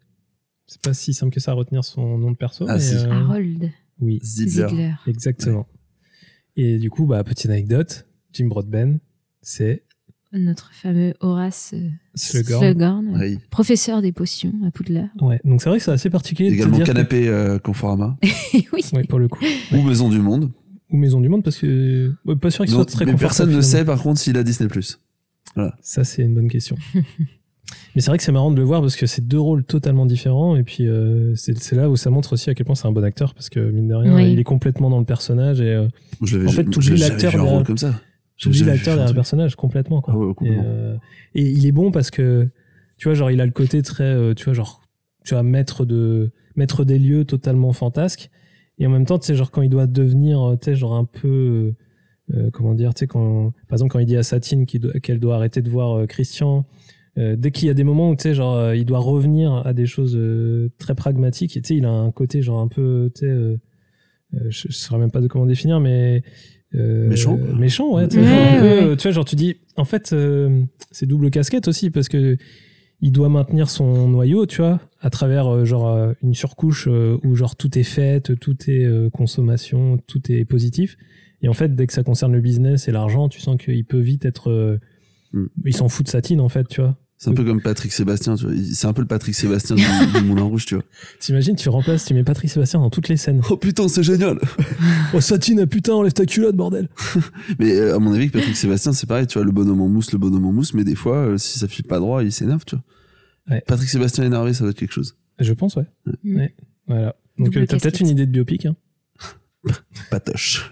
S3: C'est pas si simple que ça à retenir son nom de perso.
S2: Ah,
S3: mais,
S2: si.
S3: euh,
S4: Harold
S3: oui,
S2: Ziegler.
S4: Ziegler.
S3: exactement. Et du coup, bah, petite anecdote, Jim Broadband, c'est
S4: Notre fameux Horace euh,
S3: Slughorn.
S4: Slughorn,
S2: Ouais.
S4: professeur des potions à Poudlard.
S3: Ouais, donc c'est vrai que c'est assez particulier de te
S2: Également
S3: dire que-
S2: canapé euh, Conforama
S4: oui.
S3: Ouais, pour le coup.
S2: ou Maison du Monde.
S3: Ou Maison du Monde, parce que. ouais, pas sûr qu'il soit
S2: Donc,
S3: très
S2: mais
S3: confortable.
S2: personne ne
S3: finalement.
S2: sait par contre s'il a Disney+.
S3: Ça, c'est une bonne question. Mais c'est vrai que c'est marrant de le voir parce que c'est deux rôles totalement différents. Et puis, euh, c'est c'est là où ça montre aussi à quel point c'est un bon acteur parce que, mine de rien,
S4: Oui.
S3: il est complètement dans le personnage et euh,
S2: Je
S3: En fait, t'oublies l'acteur
S2: vu un
S3: derrière-
S2: rôle comme ça. J'ai
S3: j'oublie
S2: jamais vu un
S3: l'acteur derrière le
S2: truc.
S3: personnage complètement. Quoi.
S2: Ah ouais, complètement.
S3: Et, euh, et il est bon parce que, tu vois, genre, il a le côté très, euh, tu vois, genre, tu vois, maître, de, maître des lieux totalement fantasque. Et en même temps, tu sais, genre, quand il doit devenir, euh, tu sais, genre, un peu, euh, comment dire, tu sais, quand, par exemple, quand il dit à Satine qu'il doit- qu'elle doit arrêter de voir euh, Christian, euh, dès qu'il y a des moments où, tu sais, genre, euh, il doit revenir à des choses euh, très pragmatiques, et tu sais, il a un côté, genre, un peu, tu sais, euh, euh, je ne saurais même pas de comment définir, mais. euh,
S2: Méchant, quoi.
S3: Méchant, ouais. tu sais,
S4: Ouais,
S3: genre, un peu,
S4: ouais, ouais.
S3: euh, tu vois, genre, tu dis, en fait, euh, c'est double casquette aussi, parce que il doit maintenir son noyau, tu vois, à travers euh, genre euh, une surcouche euh, où genre tout est fête, tout est euh, consommation, tout est positif. Et en fait, dès que ça concerne le business et l'argent, tu sens qu'il peut vite être. euh,
S2: Mm.
S3: Il s'en fout de Satine, en fait, tu vois.
S2: C'est un peu comme Patrick Sébastien, tu vois. Il- C'est un peu le Patrick Sébastien du, du Moulin Rouge, tu vois.
S3: T'imagines, tu remplaces, tu mets Patrick Sébastien dans toutes les scènes.
S2: Oh putain, c'est génial
S3: Oh Satine, ah, putain, enlève ta culotte, bordel
S2: Mais euh, à mon avis, que Patrick Sébastien, c'est pareil, tu vois, le bonhomme en mousse, le bonhomme en mousse, mais des fois, euh, si ça file pas droit, il s'énerve, tu vois.
S3: Ouais.
S2: Patrick Sébastien énervé, ça doit être quelque chose.
S3: Je pense, ouais.
S4: Mm.
S3: Ouais. Voilà. Donc,
S4: Double
S3: euh, t'as peut-être
S4: casquette.
S3: une idée de biopic. Hein.
S2: Patoche.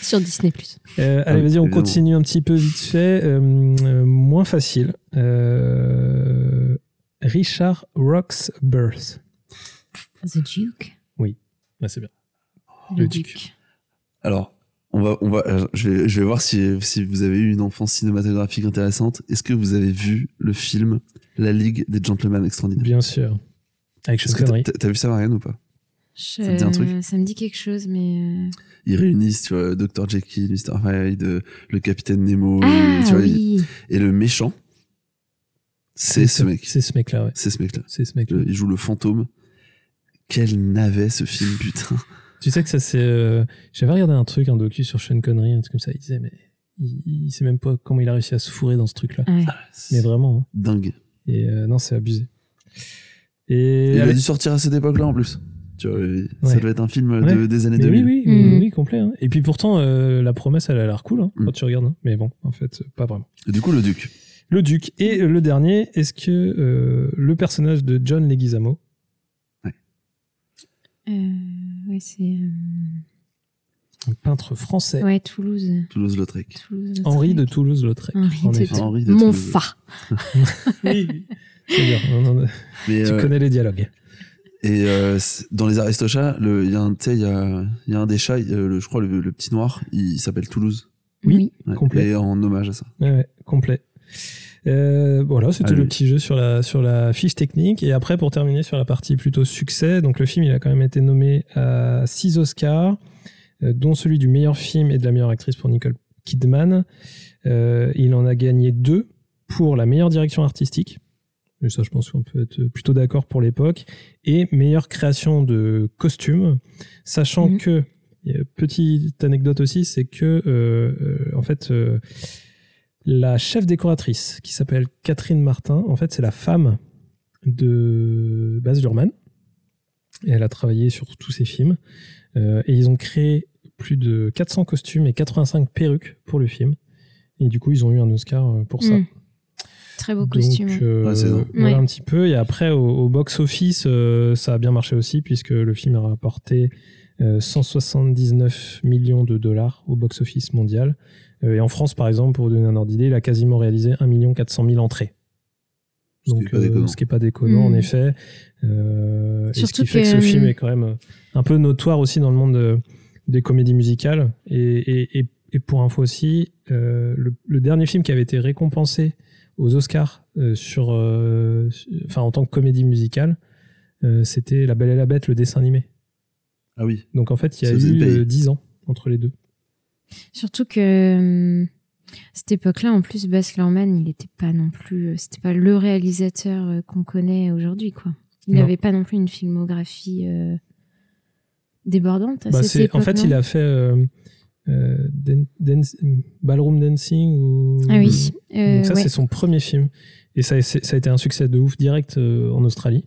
S4: Sur Disney+.
S3: Euh,
S2: Ah oui,
S3: allez, vas-y, on
S2: évidemment.
S3: continue un petit peu vite fait. Euh, euh, moins facile. Euh, Richard Roxburgh.
S4: The Duke.
S3: Bah, c'est bien.
S4: Le,
S3: Le
S4: Duc.
S2: Alors, on va, on va, euh, je, vais, je vais voir si, si vous avez eu une enfance cinématographique intéressante. Est-ce que vous avez vu le film La Ligue des Gentlemen Extraordinaires
S3: Bien sûr. Avec Sean
S2: Est-ce que
S3: Connery.
S2: t'as- t'as vu ça, Marianne, ou pas
S4: Je-
S2: Ça te dit un truc
S4: ça me dit quelque chose, mais... euh,
S2: Ils réunissent, tu vois, Dr. Jekyll, Mr. Hyde, euh, le capitaine Nemo,
S4: Ah
S2: et, tu vois, il-
S4: oui
S2: et le méchant, c'est ce mec.
S3: C'est ce mec-là, ouais.
S2: C'est ce mec-là.
S3: C'est ce mec-là.
S2: Le- Il joue le fantôme. Quel navet ce film, putain.
S3: Tu sais que ça, c'est. euh, J'avais regardé un truc, un docu sur Sean Connery, un truc comme ça. Il disait, mais il, il sait
S2: Ah,
S3: même pas comment il a réussi à se fourrer dans ce truc-là.
S4: Ouais.
S3: Mais vraiment. hein.
S2: Dingue.
S3: Et euh, non, c'est abusé. Et,
S2: Il a
S3: avec-
S2: dû sortir à cette époque-là en plus. Tu vois, il- ça
S3: Ouais.
S2: devait être un film euh, de-
S3: Ouais.
S2: des années
S3: Mais
S2: 2000.
S3: Oui, oui, mais
S4: Mm.
S3: oui, complet. hein. Et puis pourtant, euh, la promesse, elle a l'air cool hein,
S2: Mm.
S3: quand tu regardes. hein. Mais bon, en fait, euh, pas vraiment.
S2: Et du coup, le duc.
S3: Le duc. Et euh, le dernier, est-ce que euh, le personnage de John Leguizamo,
S4: Euh, ouais, c'est. euh,
S3: un peintre français,
S4: Ouais, Toulouse.
S2: Toulouse-Lautrec.
S4: Toulouse
S3: Henri de Toulouse-Lautrec,
S4: Henri
S3: en
S4: de
S3: effet.
S4: Toulouse.
S2: Henri de
S4: Mon
S2: Toulouse.
S4: phare.
S3: Oui. C'est bien, on en a-
S2: Mais,
S3: tu
S2: euh,
S3: connais les dialogues.
S2: Et euh, c'est- dans les Aristochats, le- il y a un, tu sais, il y a, il y a un des chats, il- euh, le- je crois le, le petit noir, il s'appelle Toulouse.
S3: Oui.
S2: Ouais.
S3: Complet.
S2: Et en hommage à ça.
S3: Ouais, ouais, complet. Euh, voilà, c'était
S2: Allez.
S3: le petit jeu sur la, sur la fiche technique. Et après, pour terminer sur la partie plutôt succès, donc le film, il a quand même été nommé à 6 Oscars, euh, dont celui du meilleur film et de la meilleure actrice pour Nicole Kidman. Euh, il en a gagné deux pour la meilleure direction artistique. Et ça, je pense qu'on peut être plutôt d'accord pour l'époque. Et meilleure création de costume, sachant
S4: Mhm.
S3: que, euh, petite anecdote aussi, c'est que, euh, euh, en fait, euh, la chef décoratrice, qui s'appelle Catherine Martin, en fait, c'est la femme de Baz Luhrmann. Et elle a travaillé sur tous ses films. Euh, et ils ont créé plus de 400 costumes et 85 perruques pour le film. Et du coup, ils ont eu un Oscar euh, pour ça.
S4: Mm. Très beau
S3: Donc,
S4: costume.
S3: euh,
S2: Ouais, c'est vrai.
S3: voilà
S4: Ouais.
S3: un petit peu. Et après, au, au box-office, euh, ça a bien marché aussi, puisque le film a rapporté euh, 179 millions de dollars au box-office mondial. Euh, et en France, par exemple, pour vous donner un ordre d'idée, il a quasiment réalisé 1 400 000 entrées.
S2: Ce qui
S3: Donc,
S2: est pas
S3: euh,
S2: déconnant.
S3: ce qui n'est pas déconnant, en
S4: Mm.
S3: effet. Euh, et ce
S4: Surtout
S3: qui fait que
S4: que,
S3: ce
S4: euh,
S3: film est quand même un peu notoire aussi dans le monde de- des comédies musicales. Et, et- et- et pour info aussi, euh, le, le dernier film qui avait été récompensé aux Oscars euh, sur, euh, su- enfin, en tant que comédie musicale, euh, c'était La Belle et la Bête, le dessin animé.
S2: Ah oui.
S3: Donc en fait, il y a
S2: Ça faisait une
S3: eu
S2: paye.
S3: euh, 10 ans entre les deux.
S4: Surtout que euh, cette époque-là, en plus, Baz Luhrmann, il n'était pas non plus, euh, c'était pas le réalisateur euh, qu'on connaît aujourd'hui, quoi. Il
S3: Non.
S4: n'avait pas non plus une filmographie euh, débordante à
S3: Bah,
S4: cette
S3: c'est-
S4: époque.
S3: en fait,
S4: non
S3: il a fait euh, euh, dan- dance- Ballroom Dancing ou.
S4: Ah oui. euh,
S3: Mm. Donc ça,
S4: ouais.
S3: c'est son premier film. Et ça, c'est- ça a été un succès de ouf direct euh, en Australie.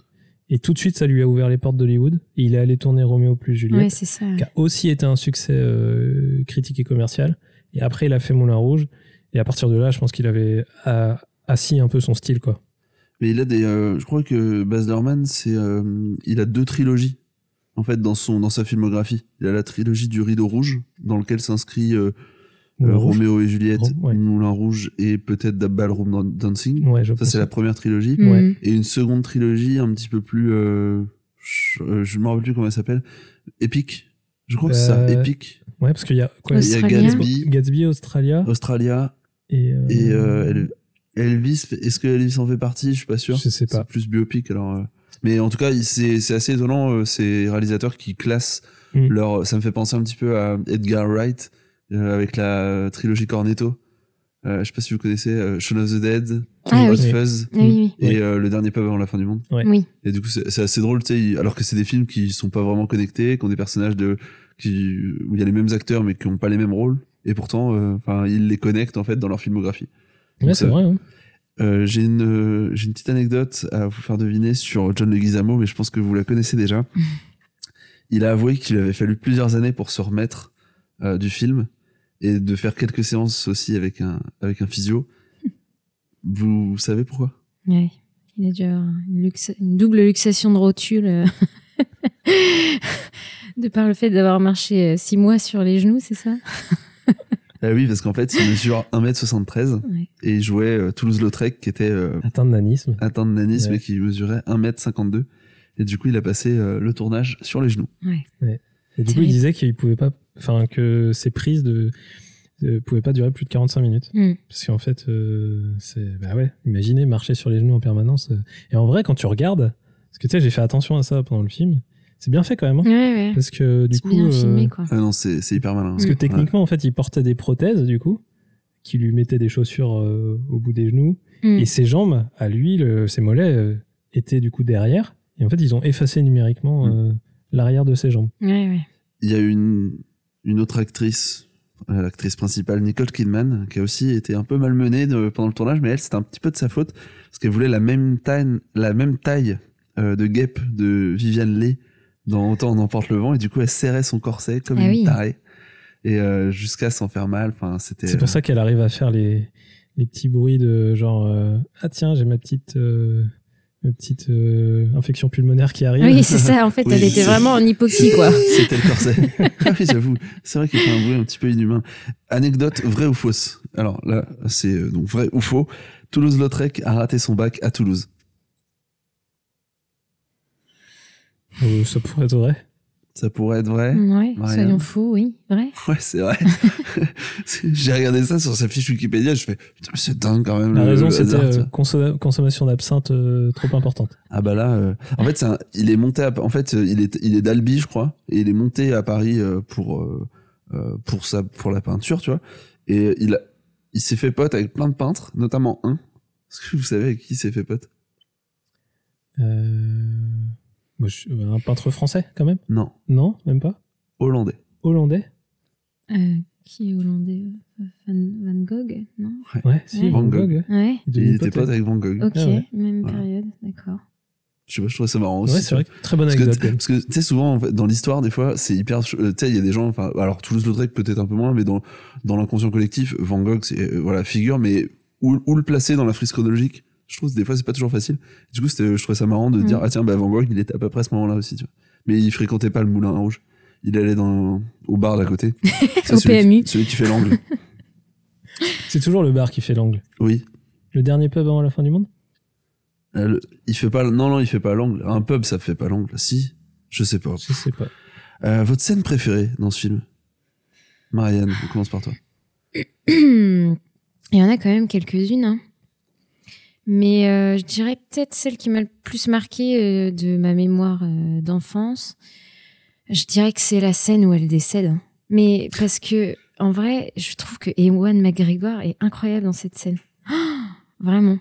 S3: Et tout de suite, ça lui a ouvert les portes d'Hollywood. Et il est allé tourner Roméo plus
S4: Ouais,
S3: Juliette,
S4: c'est ça.
S3: qui a aussi été un succès euh, critique et commercial. Et après, il a fait Moulin Rouge. Et à partir de là, je pense qu'il avait euh, assis un peu son style, quoi.
S2: Mais il a des. euh, je crois que Baz Luhrmann, c'est, euh, il a deux trilogies en fait dans son dans sa filmographie. Il a la trilogie du Rideau Rouge, dans lequel s'inscrit euh,
S3: Moulin
S2: euh,
S3: Rouge.
S2: Roméo et Juliette,
S3: Ro- ouais.
S2: Moulin Rouge et peut-être The Ballroom Dan- Dancing.
S3: Ouais, je
S2: Ça
S3: pense.
S2: c'est la première trilogie.
S4: Mhm.
S3: ouais.
S2: et une seconde trilogie un petit peu plus euh, je euh, je me rappelle plus comment elle s'appelle épique je crois que c'est ça
S3: Euh,
S2: épique
S3: Ouais, parce qu'il y a quoi
S2: il y a
S4: Australien.
S2: Gatsby
S3: Gatsby, Australia.
S2: Australia
S3: Et, euh,
S2: et euh, El- Elvis est-ce que Elvis en fait partie je suis pas sûr
S3: Je sais pas.
S2: c'est plus biopic alors euh. mais en tout cas il- c'est c'est assez étonnant euh, ces réalisateurs qui classent
S3: Mm.
S2: leur ça me fait penser un petit peu à Edgar Wright euh, avec la trilogie Cornetto Euh, je sais pas si vous connaissez euh, Shaun of the Dead
S4: Ah
S2: Hot
S4: oui.
S3: oui.
S2: Fuzz
S4: Ah oui, oui.
S2: et euh, le dernier pub avant la fin du monde
S3: Ouais.
S4: Oui.
S2: Et du coup, c'est c'est assez drôle, tu sais, ils- alors que c'est des films qui sont pas vraiment connectés, qui ont des personnages de, qui, où il y a les mêmes acteurs mais qui ont pas les mêmes rôles. Et pourtant, euh, enfin, ils les connectent en fait dans leur filmographie.
S3: Ouais,
S2: Donc,
S3: c'est
S2: euh,
S3: vrai. hein.
S2: Euh, j'ai une, euh, j'ai une petite anecdote à vous faire deviner sur John Leguizamo, mais je pense que vous la connaissez déjà. Il a avoué qu'il avait fallu plusieurs années pour se remettre euh, du film et de faire quelques séances aussi avec un, avec un physio. Vous savez pourquoi
S4: Ouais. Il a dû avoir une, luxa- une double luxation de rotule. euh, de par le fait d'avoir marché euh, six mois sur les genoux, c'est ça
S2: Ah oui, parce qu'en fait, il mesure 1m73
S4: Ouais.
S2: et il jouait euh, Toulouse-Lautrec qui était euh,
S3: Atteint de nanisme.
S2: atteint de nanisme
S3: Ouais.
S2: et qui mesurait 1m52. Et du coup, il a passé euh, le tournage sur les genoux.
S3: Et du coup, il
S4: Terrible.
S3: disait qu'il pouvait pas, enfin que ses prises de ne pouvaient pas durer plus de 45 minutes.
S4: Hmm.
S3: Parce qu'en fait, euh, c'est bah ouais, imaginez marcher sur les genoux en permanence. euh. Et en vrai, quand tu regardes, parce que tu sais, j'ai fait attention à ça pendant le film, c'est bien fait quand même. hein.
S4: Ouais, ouais.
S3: parce que du
S4: Mm. C'est
S3: coup,
S4: bien filmé,
S3: euh,
S4: quoi.
S2: Ah non, c'est c'est hyper malin.
S3: parce que
S4: Mm.
S3: techniquement, en fait, il portait des prothèses du coup, qui lui mettaient des chaussures euh, au bout des genoux,
S4: Mm.
S3: euh, et ses jambes, à lui, le- ses mollets euh, étaient du coup derrière. Et en fait, ils ont effacé numériquement euh, l'arrière de ses jambes.
S4: Ouais, ouais.
S2: Il y a une, une autre actrice euh, l'actrice principale Nicole Kidman, qui a aussi été un peu malmenée de- pendant le tournage, mais elle, c'était un petit peu de sa faute, parce qu'elle voulait la même taille, la même taille euh, de guêpe de Viviane Leigh dans Autant on emporte le vent, et du coup, elle serrait son corset comme
S4: Ah
S2: une
S4: oui.
S2: tarée, et euh, jusqu'à s'en faire mal. Enfin, c'était. euh,
S3: C'est pour ça qu'elle arrive à faire les, les petits bruits de genre euh, Ah tiens, j'ai ma petite, euh, ma petite euh, infection pulmonaire qui arrive.
S4: Oui, c'est ça. En fait,
S2: Oui,
S4: elle était
S2: c'est-
S4: vraiment en hypoxie, quoi.
S2: euh, C'était le corset. ah oui, j'avoue. C'est vrai qu'il fait un bruit un petit peu inhumain. Anecdote vraie ou fausse Alors là, c'est euh, donc vrai ou faux. Toulouse-Lautrec a raté son bac à Toulouse.
S3: Euh, ça pourrait être vrai.
S2: Ça pourrait être vrai
S4: Mm, Ouais,
S2: Marianne.
S4: soyons fous, oui, vrai.
S2: Ouais, c'est vrai. J'ai regardé ça sur sa fiche Wikipédia, je fais putain, mais c'est dingue quand même.
S3: La
S2: le-
S3: raison,
S2: le
S3: c'était
S2: hasard, tu
S3: euh,
S2: vois.
S3: conso- consommation d'absinthe euh, trop importante.
S2: Ah bah là, euh, en fait, c'est un- il est monté. À, en fait, euh, il est, il est d'Albi, je crois, et il est monté à Paris euh, pour euh, euh, pour sa pour la peinture, tu vois. Et il a- il s'est fait pote avec plein de peintres, notamment un. Est-ce que vous savez avec qui il s'est fait pote
S3: Euh, moi, je- euh, un peintre français, quand même
S2: Non,
S3: Non, même pas.
S2: hollandais.
S3: Hollandais
S4: Euh, qui est hollandais euh, Van, Van Gogh Non
S3: Ouais, si,
S4: Ouais.
S3: Van
S2: Van Gogh.
S3: Gogh. ouais.
S4: Ouais,
S3: Il
S2: Et
S3: devient
S2: il était
S3: pote avec-
S2: pote avec Van Gogh.
S4: ok,
S3: Ah ouais.
S4: même
S2: Voilà.
S4: période, d'accord.
S2: Je sais pas, je trouvais ça marrant aussi.
S3: Ouais, c'est vrai. que- Très bonne
S2: Parce que,
S3: anecdote. quand même.
S2: parce que, tu sais, souvent, en fait, dans l'histoire, des fois, c'est hyper. euh, Tu sais, il y a des gens, enfin, alors Toulouse-Lautrec peut-être un peu moins, mais dans, dans l'inconscient collectif, Van Gogh, c'est, euh, voilà, figure, mais où, où le placer dans la frise chronologique Je trouve que des fois, c'est pas toujours facile. Du coup, c'était- euh, je trouvais ça marrant de
S4: Mm.
S2: dire, ah tiens, bah, Van Gogh, il était à peu près à ce moment-là aussi, tu vois. Mais il fréquentait pas le Moulin à Rouge. Il allait dans, au bar d'à côté. C'est
S4: Au
S2: celui qui-
S4: PMU.
S2: Celui qui fait l'angle.
S3: C'est toujours le bar qui fait l'angle.
S2: Oui.
S3: Le dernier pub avant la fin du monde
S2: Euh, le- il fait pas, non, non, il fait pas l'angle. Un pub, ça fait pas l'angle. Si. Je sais pas.
S3: Je sais pas.
S2: Euh, votre scène préférée dans ce film Marianne, on commence par toi.
S4: Il y en a quand même quelques-unes. hein. Mais euh, je dirais peut-être celle qui m'a le plus marquée euh, de ma mémoire euh, d'enfance. Je dirais que c'est la scène où elle décède. hein. Mais parce que, en vrai, je trouve que Ewan McGregor est incroyable dans cette scène. Ah, vraiment.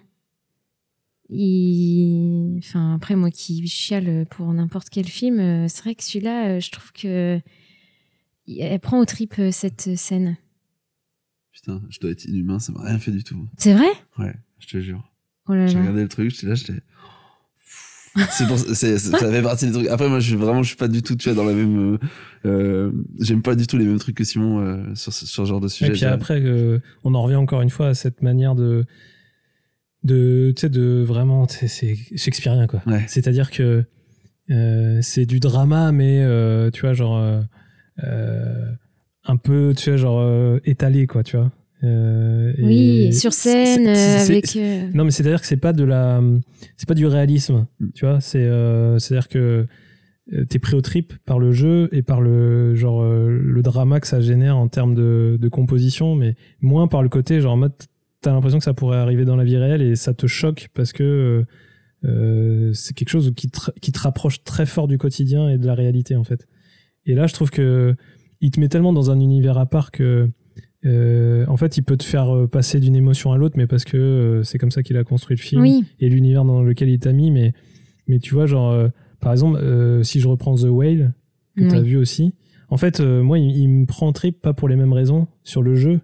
S4: Il... Enfin, après, moi qui chiale pour n'importe quel film, euh, c'est vrai que celui-là, euh, je trouve que. Elle prend aux tripes euh, cette scène.
S2: Putain, je dois être inhumain, ça m'a rien fait du tout.
S4: C'est vrai?
S2: Ouais, je te jure.
S4: Oh là
S2: J'ai
S4: là.
S2: regardé le truc, j'étais là, j'étais. C'est pour c'est- c'est- ça fait partie des trucs. Après, moi, je suis vraiment, je suis pas du tout, tu vois, dans la même. euh, euh, J'aime pas du tout les mêmes trucs que Simon euh, sur, ce- sur ce genre de sujet.
S3: Et puis après, euh, on en revient encore une fois à cette manière de. de tu sais, de vraiment. tu sais, C'est shakespearien, quoi.
S2: Ouais.
S3: C'est-à-dire que euh, c'est du drama, mais euh, tu vois, genre. euh, euh, un peu, tu vois, genre euh, étalé, quoi, tu vois. Euh, et
S4: Oui, sur
S3: c'est-
S4: scène,
S3: c'est-
S4: euh,
S3: c'est-
S4: avec. euh,
S3: Non, mais c'est-à-dire que c'est pas de la, c'est pas du réalisme,
S2: Mm.
S3: tu vois. C'est, euh, c'est-à-dire que euh, t'es pris au trip par le jeu et par le genre euh, le drama que ça génère en termes de, de composition, mais moins par le côté genre en mode t'as l'impression que ça pourrait arriver dans la vie réelle et ça te choque parce que euh, euh, c'est quelque chose qui te, qui te rapproche très fort du quotidien et de la réalité en fait. Et là, je trouve que il te met tellement dans un univers à part que euh, en fait, il peut te faire euh, passer d'une émotion à l'autre, mais parce que euh, c'est comme ça qu'il a construit le film
S4: Oui,
S3: et l'univers dans lequel il t'a mis. Mais, mais tu vois, genre, euh, par exemple, euh, si je reprends The Whale, que t'as
S4: oui.
S3: vu aussi, en fait, euh, moi, il, il me prend en trip, pas pour les mêmes raisons, sur le jeu,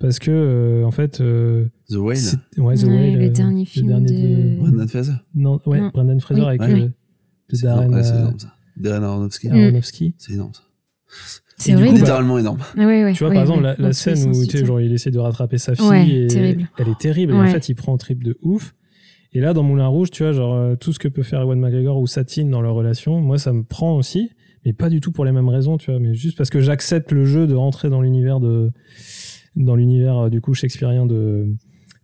S3: parce que, euh, en fait, euh,
S2: The Whale.
S3: c'est- ouais, The
S4: Ouais,
S3: Whale,
S4: le
S3: euh,
S4: dernier film de-
S2: Brendan Fraser.
S3: Non, ouais,
S4: Non.
S3: Brendan Fraser
S4: Oui.
S3: avec
S2: Ouais.
S3: euh,
S2: C'est
S3: Darren,
S2: énorme, ouais, c'est
S3: euh,
S2: énorme, ça. Darren Aronofsky.
S4: Mm.
S3: Aronofsky.
S2: C'est énorme, ça.
S4: c'est
S3: Et du coup,
S4: horrible.
S3: bah,
S2: Littéralement énorme.
S4: Ah ouais, ouais,
S3: Tu vois,
S4: ouais,
S3: par exemple,
S4: ouais,
S3: la- la,
S4: dans tous les
S3: scène
S4: sens
S3: où tu
S4: du
S3: sais,
S4: terme.
S3: genre, il essaie de rattraper sa fille.
S4: Ouais,
S3: et
S4: terrible.
S3: Elle est terrible. Et en
S4: Ouais.
S3: fait, il prend un trip de ouf. Et là, dans Moulin Rouge, tu vois, genre, euh, tout ce que peut faire Ewan McGregor ou Satine dans leur relation, moi, ça me prend aussi. Mais pas du tout pour les mêmes raisons, tu vois. Mais juste parce que j'accepte le jeu de rentrer dans l'univers de. Dans l'univers, euh, du coup, shakespearien de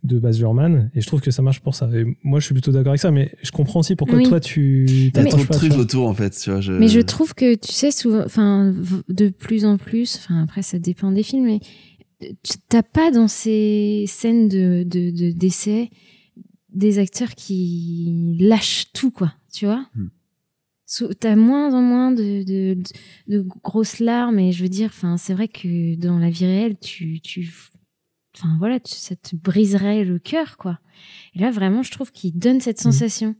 S3: de Baz Luhrmann et je trouve que ça marche pour ça et moi je suis plutôt d'accord avec ça mais je comprends aussi pourquoi
S4: Oui.
S3: toi tu
S2: T'as
S4: Mais-
S2: trop
S3: t'accroches
S2: de
S3: pas, tu
S2: trucs
S3: vois.
S2: autour, en fait, tu vois.
S4: Mais
S3: euh,
S4: je trouve que, tu sais, souvent, enfin, v- de plus en plus, enfin, après, ça dépend des films, mais tu- t'as pas dans ces scènes de, de, de- d'essai des acteurs qui lâchent tout, quoi, tu vois
S2: Hmm.
S4: So- T'as moins en moins de, de, de- de grosses larmes, et je veux dire, enfin, c'est vrai que dans la vie réelle, tu, tu, enfin, voilà, tu- ça te briserait le cœur, quoi. Et là, vraiment, je trouve qu'il donne cette
S3: Mmh.
S4: sensation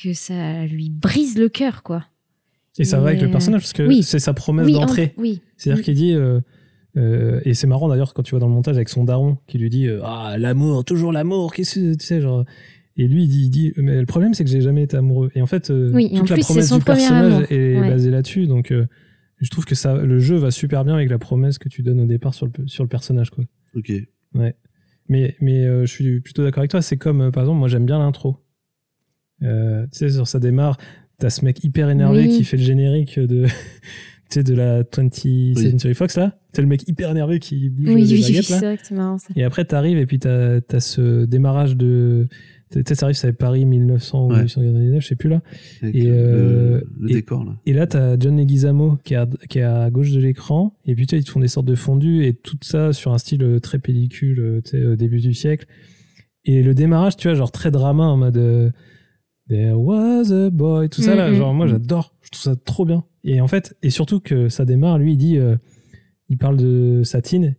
S4: que ça lui brise le cœur, quoi.
S3: et ça va avec
S4: Mais,
S3: le personnage parce que
S4: oui.
S3: c'est sa promesse
S4: oui, en-
S3: d'entrée
S4: oui,
S3: C'est-à-dire
S4: Mm.
S3: qu'il dit euh, Euh, et c'est marrant d'ailleurs quand tu vois dans le montage avec son daron qui lui dit euh, Ah, l'amour, toujours l'amour, qu'est-ce que tu sais, genre. Et lui, il dit, il dit, Mais le problème, c'est que j'ai jamais été amoureux. Et en fait, euh,
S4: Oui, et
S3: toute
S4: en
S3: la
S4: plus,
S3: promesse
S4: c'est son
S3: du
S4: premier
S3: personnage
S4: amour.
S3: est
S4: Ouais.
S3: basée là-dessus. Donc, euh, je trouve que ça, le jeu va super bien avec la promesse que tu donnes au départ sur le, pe- sur le personnage, quoi.
S2: Ok.
S3: Mais, mais euh, je suis plutôt d'accord avec toi. C'est comme, euh, par exemple, moi j'aime bien l'intro. Euh, tu sais, sur ça démarre, t'as ce mec hyper énervé
S4: Oui.
S3: qui fait le générique de, tu sais, de la 20th
S2: Oui.
S3: Century Fox là. T'as le mec hyper énervé qui bouge
S4: Oui,
S3: les
S4: oui, oui,
S3: baguettes
S4: c'est
S3: là.
S4: vrai que c'est marrant ça.
S3: Et après t'arrives et puis t'as as ce démarrage de. Tu sais, t'arrives, c'est Paris 1900 ou
S2: Ouais.
S3: 1899, je sais plus là.
S2: Avec
S3: Et,
S2: le-
S3: euh,
S2: le,
S3: et-
S2: décor là.
S3: Et là, t'as John Leguizamo qui est, à, qui est à gauche de l'écran, et puis tu sais, ils te font des sortes de fondus, et tout ça sur un style euh, très pellicule, euh, tu sais, euh, début du siècle. Et le démarrage, tu vois, genre très drama en mode euh, There was a boy, tout ça là,
S4: Mhm.
S3: genre moi j'adore, je trouve ça trop bien. Et en fait, et surtout que ça démarre, lui il dit, euh, il parle de Satine,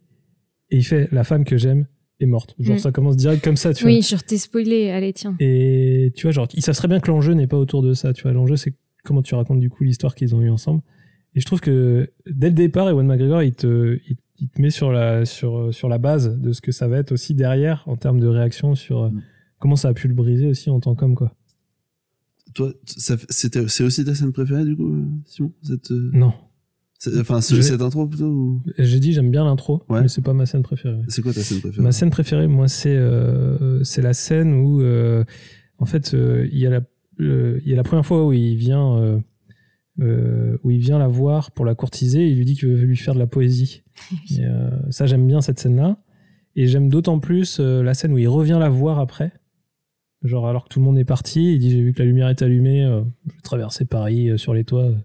S3: et il fait La femme que j'aime est morte. Genre
S4: Mhm.
S3: ça commence direct comme ça, Ah, tu vois.
S4: Oui, je t'ai spoilé, allez, tiens.
S3: Et tu vois, genre, ça serait bien que l'enjeu n'est pas autour de ça. Tu vois, l'enjeu, c'est comment tu racontes du coup l'histoire qu'ils ont eue ensemble. Et je trouve que dès le départ, Ewan McGregor, il te, il, il te met sur la, sur, sur la base de ce que ça va être aussi derrière en termes de réaction sur euh,
S2: Mm.
S3: comment ça a pu le briser aussi en tant qu'homme, quoi.
S2: Toi, t- ça- c'était- c'est aussi ta scène préférée du coup, euh, Simon cette, euh,
S3: Non.
S2: c'est- Enfin, ce-
S3: Mm. Je vais- Mm.
S2: cette intro plutôt ou...
S3: J'ai dit, j'aime bien l'intro,
S2: Ouais.
S3: mais c'est pas ma scène préférée. ouais.
S2: C'est quoi ta scène préférée
S3: Ma scène préférée, moi, c'est euh, c'est la scène où, euh, en fait, euh, il y, a la- le- il y a la première fois où il vient euh, euh, où il vient la voir pour la courtiser et il lui dit qu'il veut lui faire de la poésie. Et, euh, ça, j'aime bien cette scène-là. Et j'aime d'autant plus euh, la scène où il revient la voir après. Genre, alors que tout le monde est parti, il dit J'ai vu que la lumière est allumée, euh, je vais traverser Paris euh, sur les toits euh,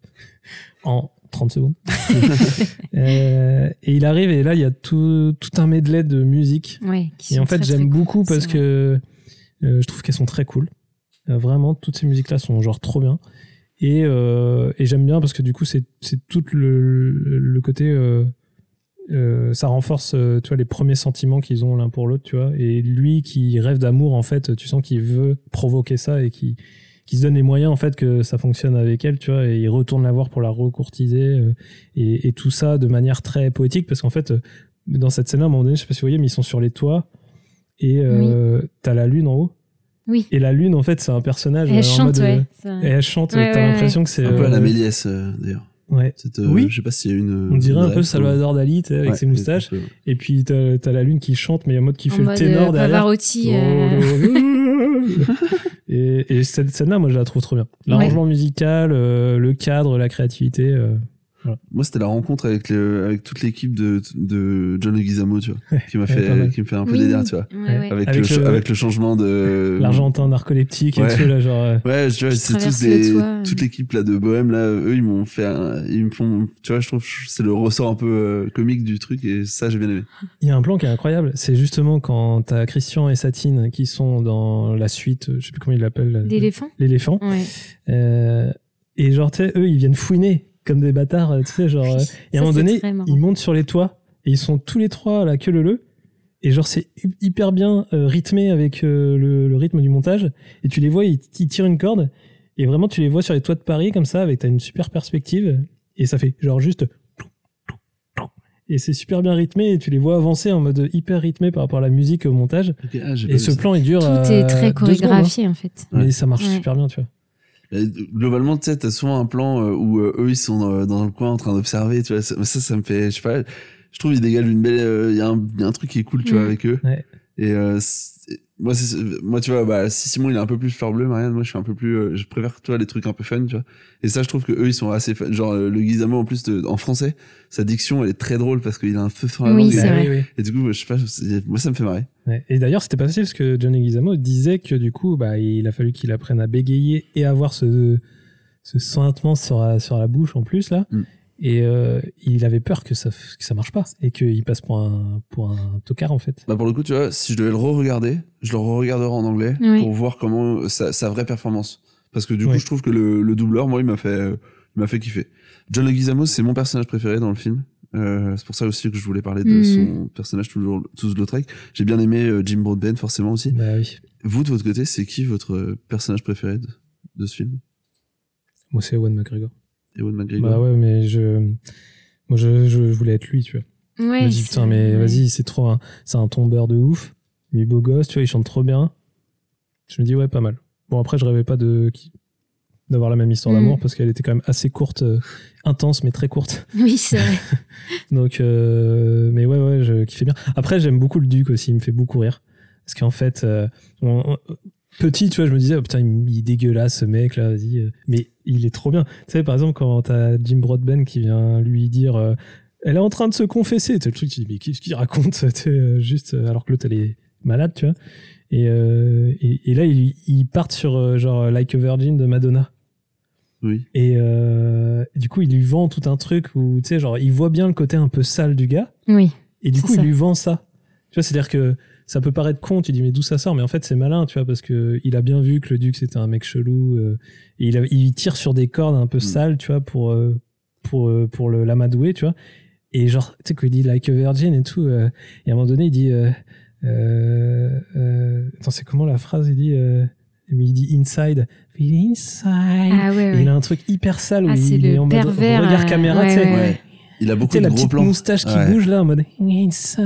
S3: en 30 secondes. Euh, et il arrive, et là, il y a tout, tout un medley de musique.
S4: Ouais, qui
S3: Et
S4: sont
S3: en fait,
S4: très,
S3: j'aime
S4: très cool,
S3: beaucoup parce
S4: c'est vrai.
S3: que euh, je trouve qu'elles sont très cool. Euh, vraiment, toutes ces musiques-là sont genre trop bien. Et, euh, et j'aime bien parce que du coup, c'est c'est tout le, le- le côté. euh, euh, ça renforce euh, tu vois, les premiers sentiments qu'ils ont l'un pour l'autre. tu vois. Et lui qui rêve d'amour, en fait, tu sens qu'il veut provoquer ça et qui qui se donne les moyens en fait que ça fonctionne avec elle, tu vois, et il retourne la voir pour la recourtiser euh, et, et tout ça de manière très poétique parce qu'en fait euh, dans cette scène à un moment donné, je sais pas si vous voyez, mais ils sont sur les toits et euh, t'as la lune en haut
S4: Oui,
S3: et la lune en fait c'est un personnage euh,
S4: elle
S3: en
S4: chante,
S3: mode,
S4: ouais.
S3: euh,
S4: c'est vrai.
S3: et elle chante,
S4: Ouais,
S3: t'as
S4: ouais,
S3: l'impression que c'est
S2: Un peu à
S3: euh,
S2: la Méliès euh, d'ailleurs.
S3: ouais.
S2: Cette, euh,
S3: Oui.
S2: Je sais pas s'il y a une. euh,
S3: On dirait un
S2: une ref,
S3: peu
S2: euh,
S3: Salvador Dali tu sais, avec
S2: ouais,
S3: ses moustaches.
S2: un peu, ouais.
S3: Et puis t'as t'as la lune qui chante, mais en mode qui
S4: En
S3: fait
S4: mode,
S3: le ténor
S4: euh,
S3: derrière.
S4: Pavarotti. euh,
S3: et, et cette scène-là, moi, je la trouve trop bien. L'arrangement musical, euh, le cadre, la créativité. euh.
S2: Moi, c'était la rencontre avec, le, avec toute l'équipe de, de John Leguizamo, tu vois, qui m'a
S3: ouais, pas
S2: fait,
S3: mal.
S2: qui me fait un peu
S4: Oui.
S2: délire, tu vois.
S4: Ouais, ouais.
S2: Avec,
S3: Avec
S2: le,
S3: le-
S2: avec le changement de.
S3: L'argentin narcoleptique
S2: Euh, Ouais.
S3: et tout, là, genre. euh,
S2: Ouais, tu vois,
S4: Qui
S2: c'est tous
S4: traverse
S2: des,
S4: le toit.
S2: toute l'équipe là de Bohème là, eux ils m'ont fait, un- ils me font, tu vois, je trouve que c'est le ressort un peu euh, comique du truc et ça j'ai bien aimé.
S3: Il y a un plan qui est incroyable. C'est justement quand t'as Christian et Satine qui sont dans la suite, euh, je sais plus comment ils l'appellent, là,
S4: D'éléphant
S3: l'éléphant.
S4: Ouais.
S3: Euh, et genre, tu sais, eux, ils viennent fouiner comme des bâtards, euh, tu sais, genre. euh, et à
S4: Ça,
S3: un moment
S4: c'est
S3: donné,
S4: très marrant.
S3: ils montent sur les toits et ils sont tous les trois là, que le le. Et genre, c'est hy- hyper bien euh, rythmé avec euh, le, le rythme du montage. Et tu les vois, ils, ils tirent une corde. Et vraiment, tu les vois sur les toits de Paris comme ça, avec t'as une super perspective. Et ça fait genre juste. Et c'est super bien rythmé. Et tu les vois avancer en mode hyper rythmé par rapport à la musique et au montage.
S2: Ok, ah, j'ai pas
S3: Et
S2: vu
S3: ce
S2: ça.
S3: plan, il dure.
S4: Tout
S3: euh,
S4: est très
S3: deux secondes, hein.
S4: chorégraphié, en fait.
S3: Mais ça marche
S4: Ouais.
S3: super bien, tu vois.
S2: Et Euh, globalement, tu sais, t'as souvent un plan euh, où euh, eux ils sont euh, dans le coin en train d'observer, tu vois. Ça, ça, ça me fait, je sais pas, je trouve ils dégagent une belle, euh, il y, a un- il y a un truc qui est cool, tu vois,
S4: Mm.
S2: avec eux.
S3: Ouais.
S2: Et euh, c'est- moi, c'est- moi, tu vois, bah, si Simon il est un peu plus fleur bleue, Marianne, moi je suis un peu plus, euh, je préfère, tu vois, les trucs un peu fun, tu vois. Et ça, je trouve que eux ils sont assez fun. Genre euh, le Guizamo en plus de- en français, sa diction elle est très drôle parce qu'il a un feu sur la
S4: Oui,
S2: langue.
S4: c'est
S2: Et-
S4: vrai.
S3: oui.
S2: Et du coup, je sais pas, c'est- moi ça me fait marrer.
S3: Ouais. Et d'ailleurs, c'était pas facile parce que Johnny Leguizamo disait que du coup, bah, il a fallu qu'il apprenne à bégayer et avoir ce, ce sentiment sur la, sur la bouche en plus là.
S2: Mm.
S3: Et euh, il avait peur que ça, f- que ça marche pas et qu'il passe pour un, pour un tocard en fait.
S2: Bah pour le coup, tu vois, si je devais le re-regarder, je le re-regarderai en anglais
S4: Oui.
S2: pour voir comment euh, sa, sa vraie performance. Parce que du coup,
S3: Oui.
S2: je trouve que le, le doubleur, moi, il m'a fait, euh, il m'a fait kiffer. John Leguizamo, c'est mon personnage préféré dans le film. Euh, c'est pour ça aussi que je voulais parler de
S4: Mhm.
S2: son personnage toujours Toulouse-Lautrec. J'ai bien aimé euh, Jim Broadbent forcément aussi.
S3: Bah oui.
S2: Vous de votre côté, c'est qui votre euh, personnage préféré de, de ce film
S3: Moi, c'est Owen McGregor.
S2: Ewan McGregor.
S3: Bah ouais, mais je. Moi, je, je voulais être lui, tu vois. Je
S4: Ouais,
S3: me dis,
S4: c'est-
S3: putain, mais vas-y, c'est trop. un- C'est un tombeur de ouf. Il est beau gosse, tu vois, il chante trop bien. Je me dis, ouais, pas mal. Bon, après, je rêvais pas de qui- d'avoir la même histoire
S4: Mhm.
S3: d'amour parce qu'elle était quand même assez courte, euh, intense, mais très courte.
S4: Oui, c'est vrai.
S3: Donc, euh, mais ouais, ouais, je kiffais bien. Après, j'aime beaucoup le Duc aussi, il me fait beaucoup rire. Parce qu'en fait, euh, on- on- petit, tu vois, je me disais, oh, putain, il, il est dégueulasse, ce mec, là, vas-y. euh, Mais il est trop bien. Tu sais, par exemple, quand t'as Jim Broadbent qui vient lui dire, euh, elle est en train de se confesser. C'est le truc, tu dis, mais qu'est-ce qu'il raconte tu sais, euh, Juste euh, alors que l'autre, elle est malade, tu vois. Et, euh, et, et là, ils ils partent sur euh, genre Like a Virgin de Madonna.
S2: Oui.
S3: Et euh, du coup, il lui vend tout un truc où, tu sais, genre, il voit bien le côté un peu sale du gars.
S4: Oui.
S3: Et du
S4: C'est
S3: coup,
S4: ça.
S3: il lui vend ça. Tu vois, c'est-à-dire que ça peut paraître con, tu dis mais d'où ça sort Mais en fait, c'est malin, tu vois, parce que il a bien vu que le duc c'était un mec chelou. euh, et il, a- il tire sur des cordes un peu sales, tu vois, pour euh, pour euh, pour le l'amadouer, tu vois. Et genre, tu sais quand il dit like a virgin et tout, euh, et à un moment donné, il dit euh, euh, euh, attends, c'est comment la phrase Il dit euh, il dit inside, Feel inside.
S4: Ah ouais,
S3: Et
S4: ouais.
S3: il a un truc hyper sale où
S4: Ah, c'est
S3: il est
S4: le
S3: en mode
S4: pervers,
S3: regard
S4: euh,
S3: caméra,
S4: ouais,
S3: tu sais.
S4: ouais.
S2: Il a
S3: Tu
S2: beaucoup
S3: sais,
S2: de
S3: la
S2: gros
S3: petite
S2: plans.
S3: moustache qui
S2: Ouais.
S3: bouge là en mode inside.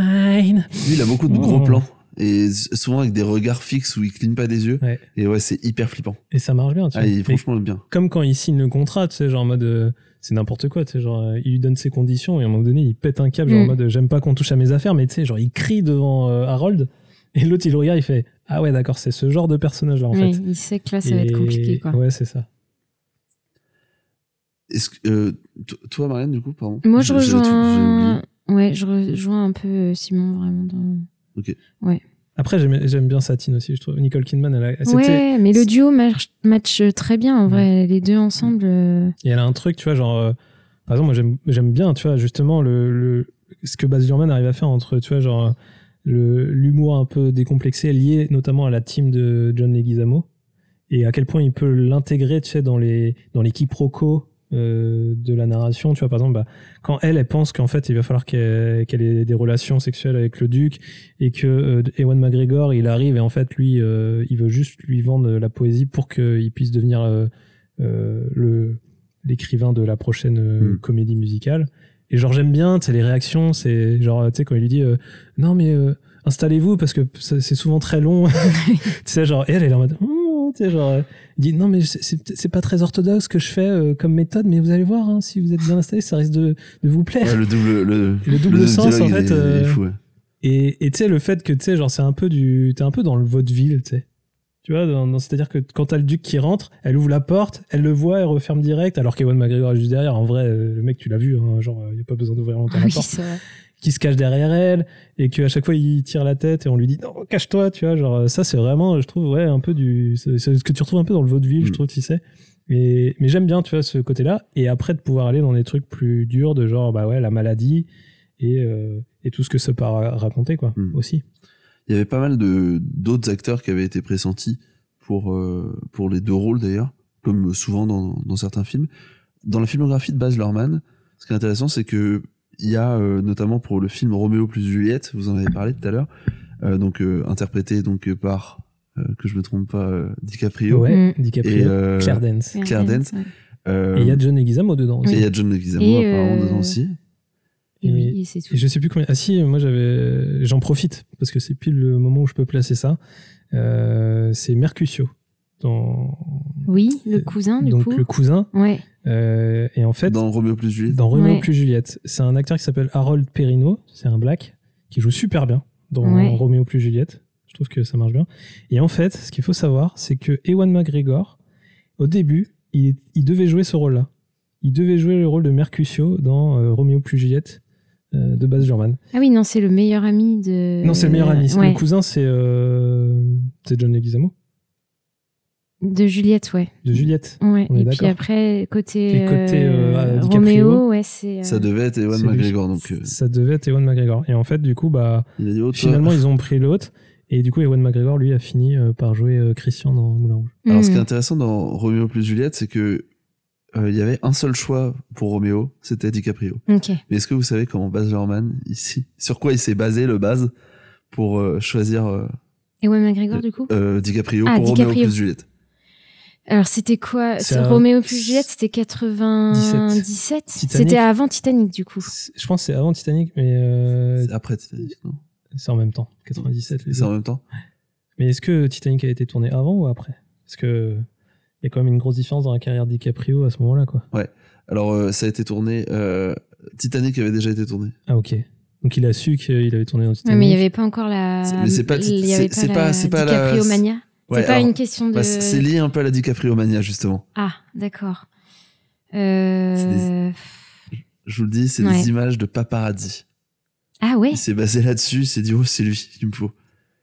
S2: Lui, il a beaucoup de
S3: Oh.
S2: gros plans. Et s- souvent avec des regards fixes où il cligne pas des yeux.
S3: Ouais.
S2: Et ouais, c'est hyper flippant.
S3: Et ça marche bien, tu
S2: Ah,
S3: vois.
S2: il est
S3: Mais
S2: franchement bien.
S3: comme quand il signe le contrat, tu sais, genre en mode euh, c'est n'importe quoi, tu sais, genre euh, il lui donne ses conditions et à un moment donné il pète un câble, genre en
S4: Mm.
S3: mode euh, j'aime pas qu'on touche à mes affaires, mais tu sais, genre il crie devant euh, Harold et l'autre il le regarde, il fait ah ouais, d'accord, c'est ce genre de personnage là en
S4: Oui,
S3: fait.
S4: il sait que là, ça va
S3: Et-
S4: être compliqué, quoi.
S3: Ouais, c'est ça.
S2: Est-ce que, euh, to- toi, Marianne, du coup, pardon
S4: Moi, je
S2: J'avais tout- j'avais oublié.
S4: rejoins. Ouais, je rejoins un peu euh, Simon vraiment dans.
S3: Après, j'aime j'aime bien Satine aussi, je trouve. Nicole Kidman, elle, a, elle- c'était-
S4: Ouais, mais le duo marche- match euh, très bien en vrai, les deux ensemble. euh,
S3: et elle a un truc, tu vois, genre, euh, par exemple, moi j'aime- j'aime bien, tu vois, justement, le, le- ce que Baz Luhrmann arrive à faire entre, tu vois, genre, euh, le- l'humour un peu décomplexé lié notamment à la team de John Leguizamo et à quel point il peut l'intégrer, tu sais, dans les, dans les quiproquos euh, de la narration, tu vois, par exemple, bah, quand elle, elle pense qu'en fait, il va falloir qu'elle qu'elle ait des relations sexuelles avec le duc et que euh, Ewan McGregor, il arrive et en fait, lui, euh, il veut juste lui vendre la poésie pour qu'il puisse devenir euh, euh, le l'écrivain de la prochaine euh,
S2: Mm.
S3: comédie musicale. Et genre, j'aime bien, tu sais, les réactions, c'est genre, tu sais, quand il lui dit, euh, non, mais euh, installez-vous parce que ça- c'est souvent très long. tu sais, genre, et elle, elle est en mode, Ouh tu sais, genre, euh, il dit, non, mais c'est- c'est c'est pas très orthodoxe ce que je fais euh, comme méthode, mais vous allez voir, hein, si vous êtes bien installé, ça risque de, de vous plaire.
S2: Ouais, le double, le,
S3: Le double sens,
S2: dialogue,
S3: en
S2: il
S3: fait,
S2: est- il est
S3: euh,
S2: fou, ouais.
S3: Et et tu sais, le fait que tu sais, genre, c'est un peu du. T'es un peu dans le vaudeville, tu sais. Tu vois, dans- dans- c'est-à-dire que quand t'as le duc qui rentre, elle ouvre la porte, elle le voit, elle referme direct, alors qu'Ewan McGregor est juste derrière. En vrai, euh, le mec, tu l'as vu, hein, genre, il n'y a pas besoin d'ouvrir longtemps la
S4: oui,
S3: porte.
S4: c'est vrai.
S3: Qui se cache derrière elle, et qu'à chaque fois, il tire la tête, et on lui dit, non, cache-toi, tu vois. Genre, euh, ça, c'est vraiment, je trouve, ouais, un peu du. C'est c'est ce que tu retrouves un peu dans le vaudeville, je
S2: Mm.
S3: trouve, tu sais. Mais, mais j'aime bien, tu vois, ce côté-là. Et après, de pouvoir aller dans des trucs plus durs, de genre, bah ouais, la maladie, et, euh, et tout ce que ça peut ra- raconter, quoi,
S2: Mm.
S3: aussi.
S2: Il y avait pas mal de d'autres acteurs qui avaient été pressentis pour euh, pour les deux rôles d'ailleurs, comme souvent dans, dans certains films. Dans la filmographie de Baz Luhrmann, ce qui est intéressant, c'est que il y a euh, notamment pour le film Roméo plus Juliette, vous en avez parlé tout à l'heure, euh, donc euh, interprété donc euh, par euh, que je me trompe pas euh, DiCaprio
S3: Ouais,
S4: Mm.
S3: DiCaprio,
S2: Et, euh,
S3: Claire Danes.
S2: Claire Danes.
S4: ouais.
S2: Euh,
S3: Et il y a John Leguizamo dedans aussi.
S2: et il y a John Leguizamo
S4: Et,
S2: apparemment
S4: euh,
S2: dedans aussi.
S4: Et oui,
S3: Et-
S4: et c'est tout.
S3: Et je sais plus combien. Ah si, moi j'avais. J'en profite parce que c'est pile le moment où je peux placer ça. Euh, c'est Mercutio, dans...
S4: Oui, le cousin Hein, du
S3: Euh, donc
S4: coup.
S3: le cousin.
S4: Ouais.
S3: Euh, et en fait, dans,
S2: Dans Roméo plus Juliette.
S3: Roméo
S4: Ouais.
S3: plus Juliette, c'est un acteur qui s'appelle Harold Perrino, c'est un black qui joue super bien dans
S4: Ouais.
S3: Roméo plus Juliette. Je trouve que ça marche bien. Et en fait, ce qu'il faut savoir, c'est que Ewan McGregor, au début, il, il devait jouer ce rôle-là. Il devait jouer le rôle de Mercutio dans euh, Roméo plus Juliette euh, de Baz Luhrmann.
S4: Ah oui, non, c'est le meilleur ami de.
S3: Non, c'est le meilleur ami. C'est-
S4: ouais,
S3: Le cousin, c'est euh, c'est John Leguizamo,
S4: de Juliette, ouais.
S3: de Juliette.
S4: Ouais.
S3: On est
S4: Et puis
S3: d'accord.
S4: après, côté,
S3: Et côté, euh, ah, DiCaprio.
S4: Roméo, ouais, c'est. euh,
S2: Ça devait être Ewan
S3: C'est lui.
S2: McGregor, donc euh,
S3: Ça devait être Ewan McGregor. Et en fait, du coup, bah,
S2: il a dit oh, toi-
S3: finalement, ils ont pris l'autre. Et du coup, Ewan McGregor, lui, a fini euh, par jouer euh, Christian dans Moulin Rouge.
S2: Alors, ce
S4: hmm.
S2: qui est intéressant dans Roméo plus Juliette, c'est que euh, il y avait un seul choix pour Roméo, c'était DiCaprio.
S4: Ok.
S2: Mais est-ce que vous savez comment Baz Luhrmann ici, sur quoi il s'est basé le Baz pour euh, choisir euh,
S4: Et Wayne McGregor du coup
S2: euh, DiCaprio
S4: Ah,
S2: pour Roméo
S4: DiCaprio.
S2: plus Juliette
S4: Alors, c'était quoi
S3: C'est
S4: C'est
S3: un-
S4: Roméo plus Juliette, c'était 97.
S3: Titanic.
S4: C'était avant Titanic, du coup.
S3: C'est- Je pense que c'est avant Titanic, mais euh,
S2: C'est Après Titanic, non
S3: c'est en même temps. 97, les
S2: C'est en
S3: deux.
S2: même temps
S3: Mais est-ce que Titanic a été tourné avant ou après Parce que il y a quand même une grosse différence dans la carrière de DiCaprio à ce moment-là, quoi.
S2: Alors, euh, ça a été tourné. euh, Titanic avait déjà été tourné.
S3: Ah, ok. Donc il a su qu'il avait tourné dans
S4: Ouais,
S3: Titanic.
S4: mais il n'y avait pas encore la.
S2: C'est- mais c'est pas-
S4: il y avait
S2: c'est- c'est
S4: pas
S2: pas-
S4: la
S2: c'est pas la-
S4: DiCaprio mania.
S2: Ouais,
S4: c'est pas
S2: alors,
S4: une question de.
S2: bah, c'est c'est lié un peu à la DiCaprio Mania, justement.
S4: Ah, d'accord. Euh...
S2: Je vous le dis, c'est
S4: Ouais.
S2: des images de paparazzi.
S4: Ah ouais.
S2: Il s'est basé là-dessus, il s'est dit, oh, c'est lui qu'il me faut.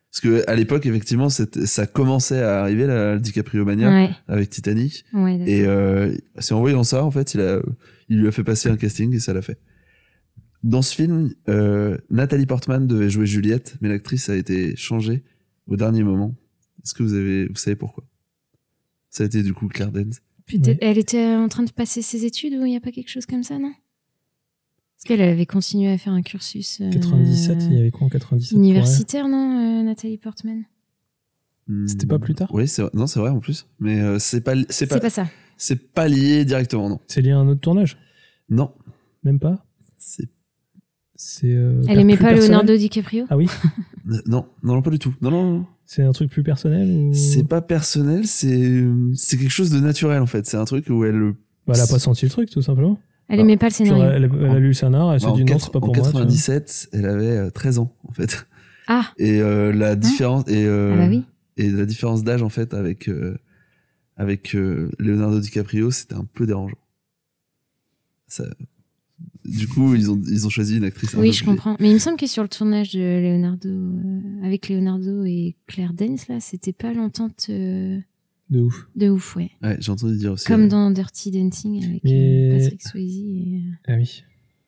S2: Parce que à l'époque, effectivement, c'était- ça commençait à arriver, la DiCaprio Mania,
S4: Ouais. Mm.
S2: avec Titanic.
S4: Ouais. d'accord.
S2: Et euh, c'est en voyant ça, en fait, il, a, il lui a fait passer un casting et ça l'a fait. Dans ce film, euh, Nathalie Portman devait jouer Juliette, mais l'actrice a été changée au dernier moment. Est-ce que vous, avez, vous savez pourquoi Ça a été du coup Claire Danes.
S4: Peut-être-
S3: Ouais.
S4: Elle était en train de passer ses études ou il n'y a pas quelque chose comme ça, non Parce qu'elle avait continué à faire un cursus. euh,
S3: 97, il y avait quoi en 97 pour elle
S4: Universitaire, non, euh, Nathalie Portman
S3: C'était pas plus tard
S2: Oui, c'est vrai- non, c'est vrai en plus. Mais euh, c'est pas, li- c'est
S4: C'est
S2: pas,
S4: pas ça.
S2: c'est pas lié directement, non.
S3: C'est lié à un autre tournage
S2: Non,
S3: Même pas
S2: c'est
S3: C'est. euh,
S4: Elle
S3: per-
S4: aimait
S3: plus
S4: pas
S3: personnel
S4: Leonardo DiCaprio
S3: Ah oui
S2: non, non, non, pas du tout. Non, non, non.
S3: C'est un truc plus personnel ou...
S2: C'est pas personnel, c'est c'est quelque chose de naturel en fait. C'est un truc où elle
S3: Bah, elle a pas senti le truc, tout simplement.
S4: Elle
S2: Ah,
S4: aimait pas le
S3: Genre,
S4: scénario.
S3: elle, a- elle a lu le scénar, elle
S2: Bah,
S3: s'est dit non,
S2: quatre-
S3: Ah, c'est pas
S2: en
S3: pour moi. tu vois.
S2: 97, elle avait euh, 13 ans en fait.
S4: Ah,
S2: Et euh, la différence et, euh,
S4: ah bah oui.
S2: et la différence d'âge en fait avec euh, avec euh, Leonardo DiCaprio, c'était un peu dérangeant. Ça- Du coup, ils ont ils ont choisi une actrice. un
S4: Oui,
S2: peu
S4: je
S2: plus-
S4: comprends. Mais il me semble que sur le tournage de Leonardo, euh, avec Leonardo et Claire Danes, là, c'était pas l'entente euh,
S3: De ouf.
S4: de ouf, ouais.
S2: Ouais, j'ai entendu dire aussi.
S4: Comme
S2: euh,
S4: dans Dirty Dancing avec euh,
S3: Mais-
S4: Patrick Swayze et, euh,
S3: Ah oui.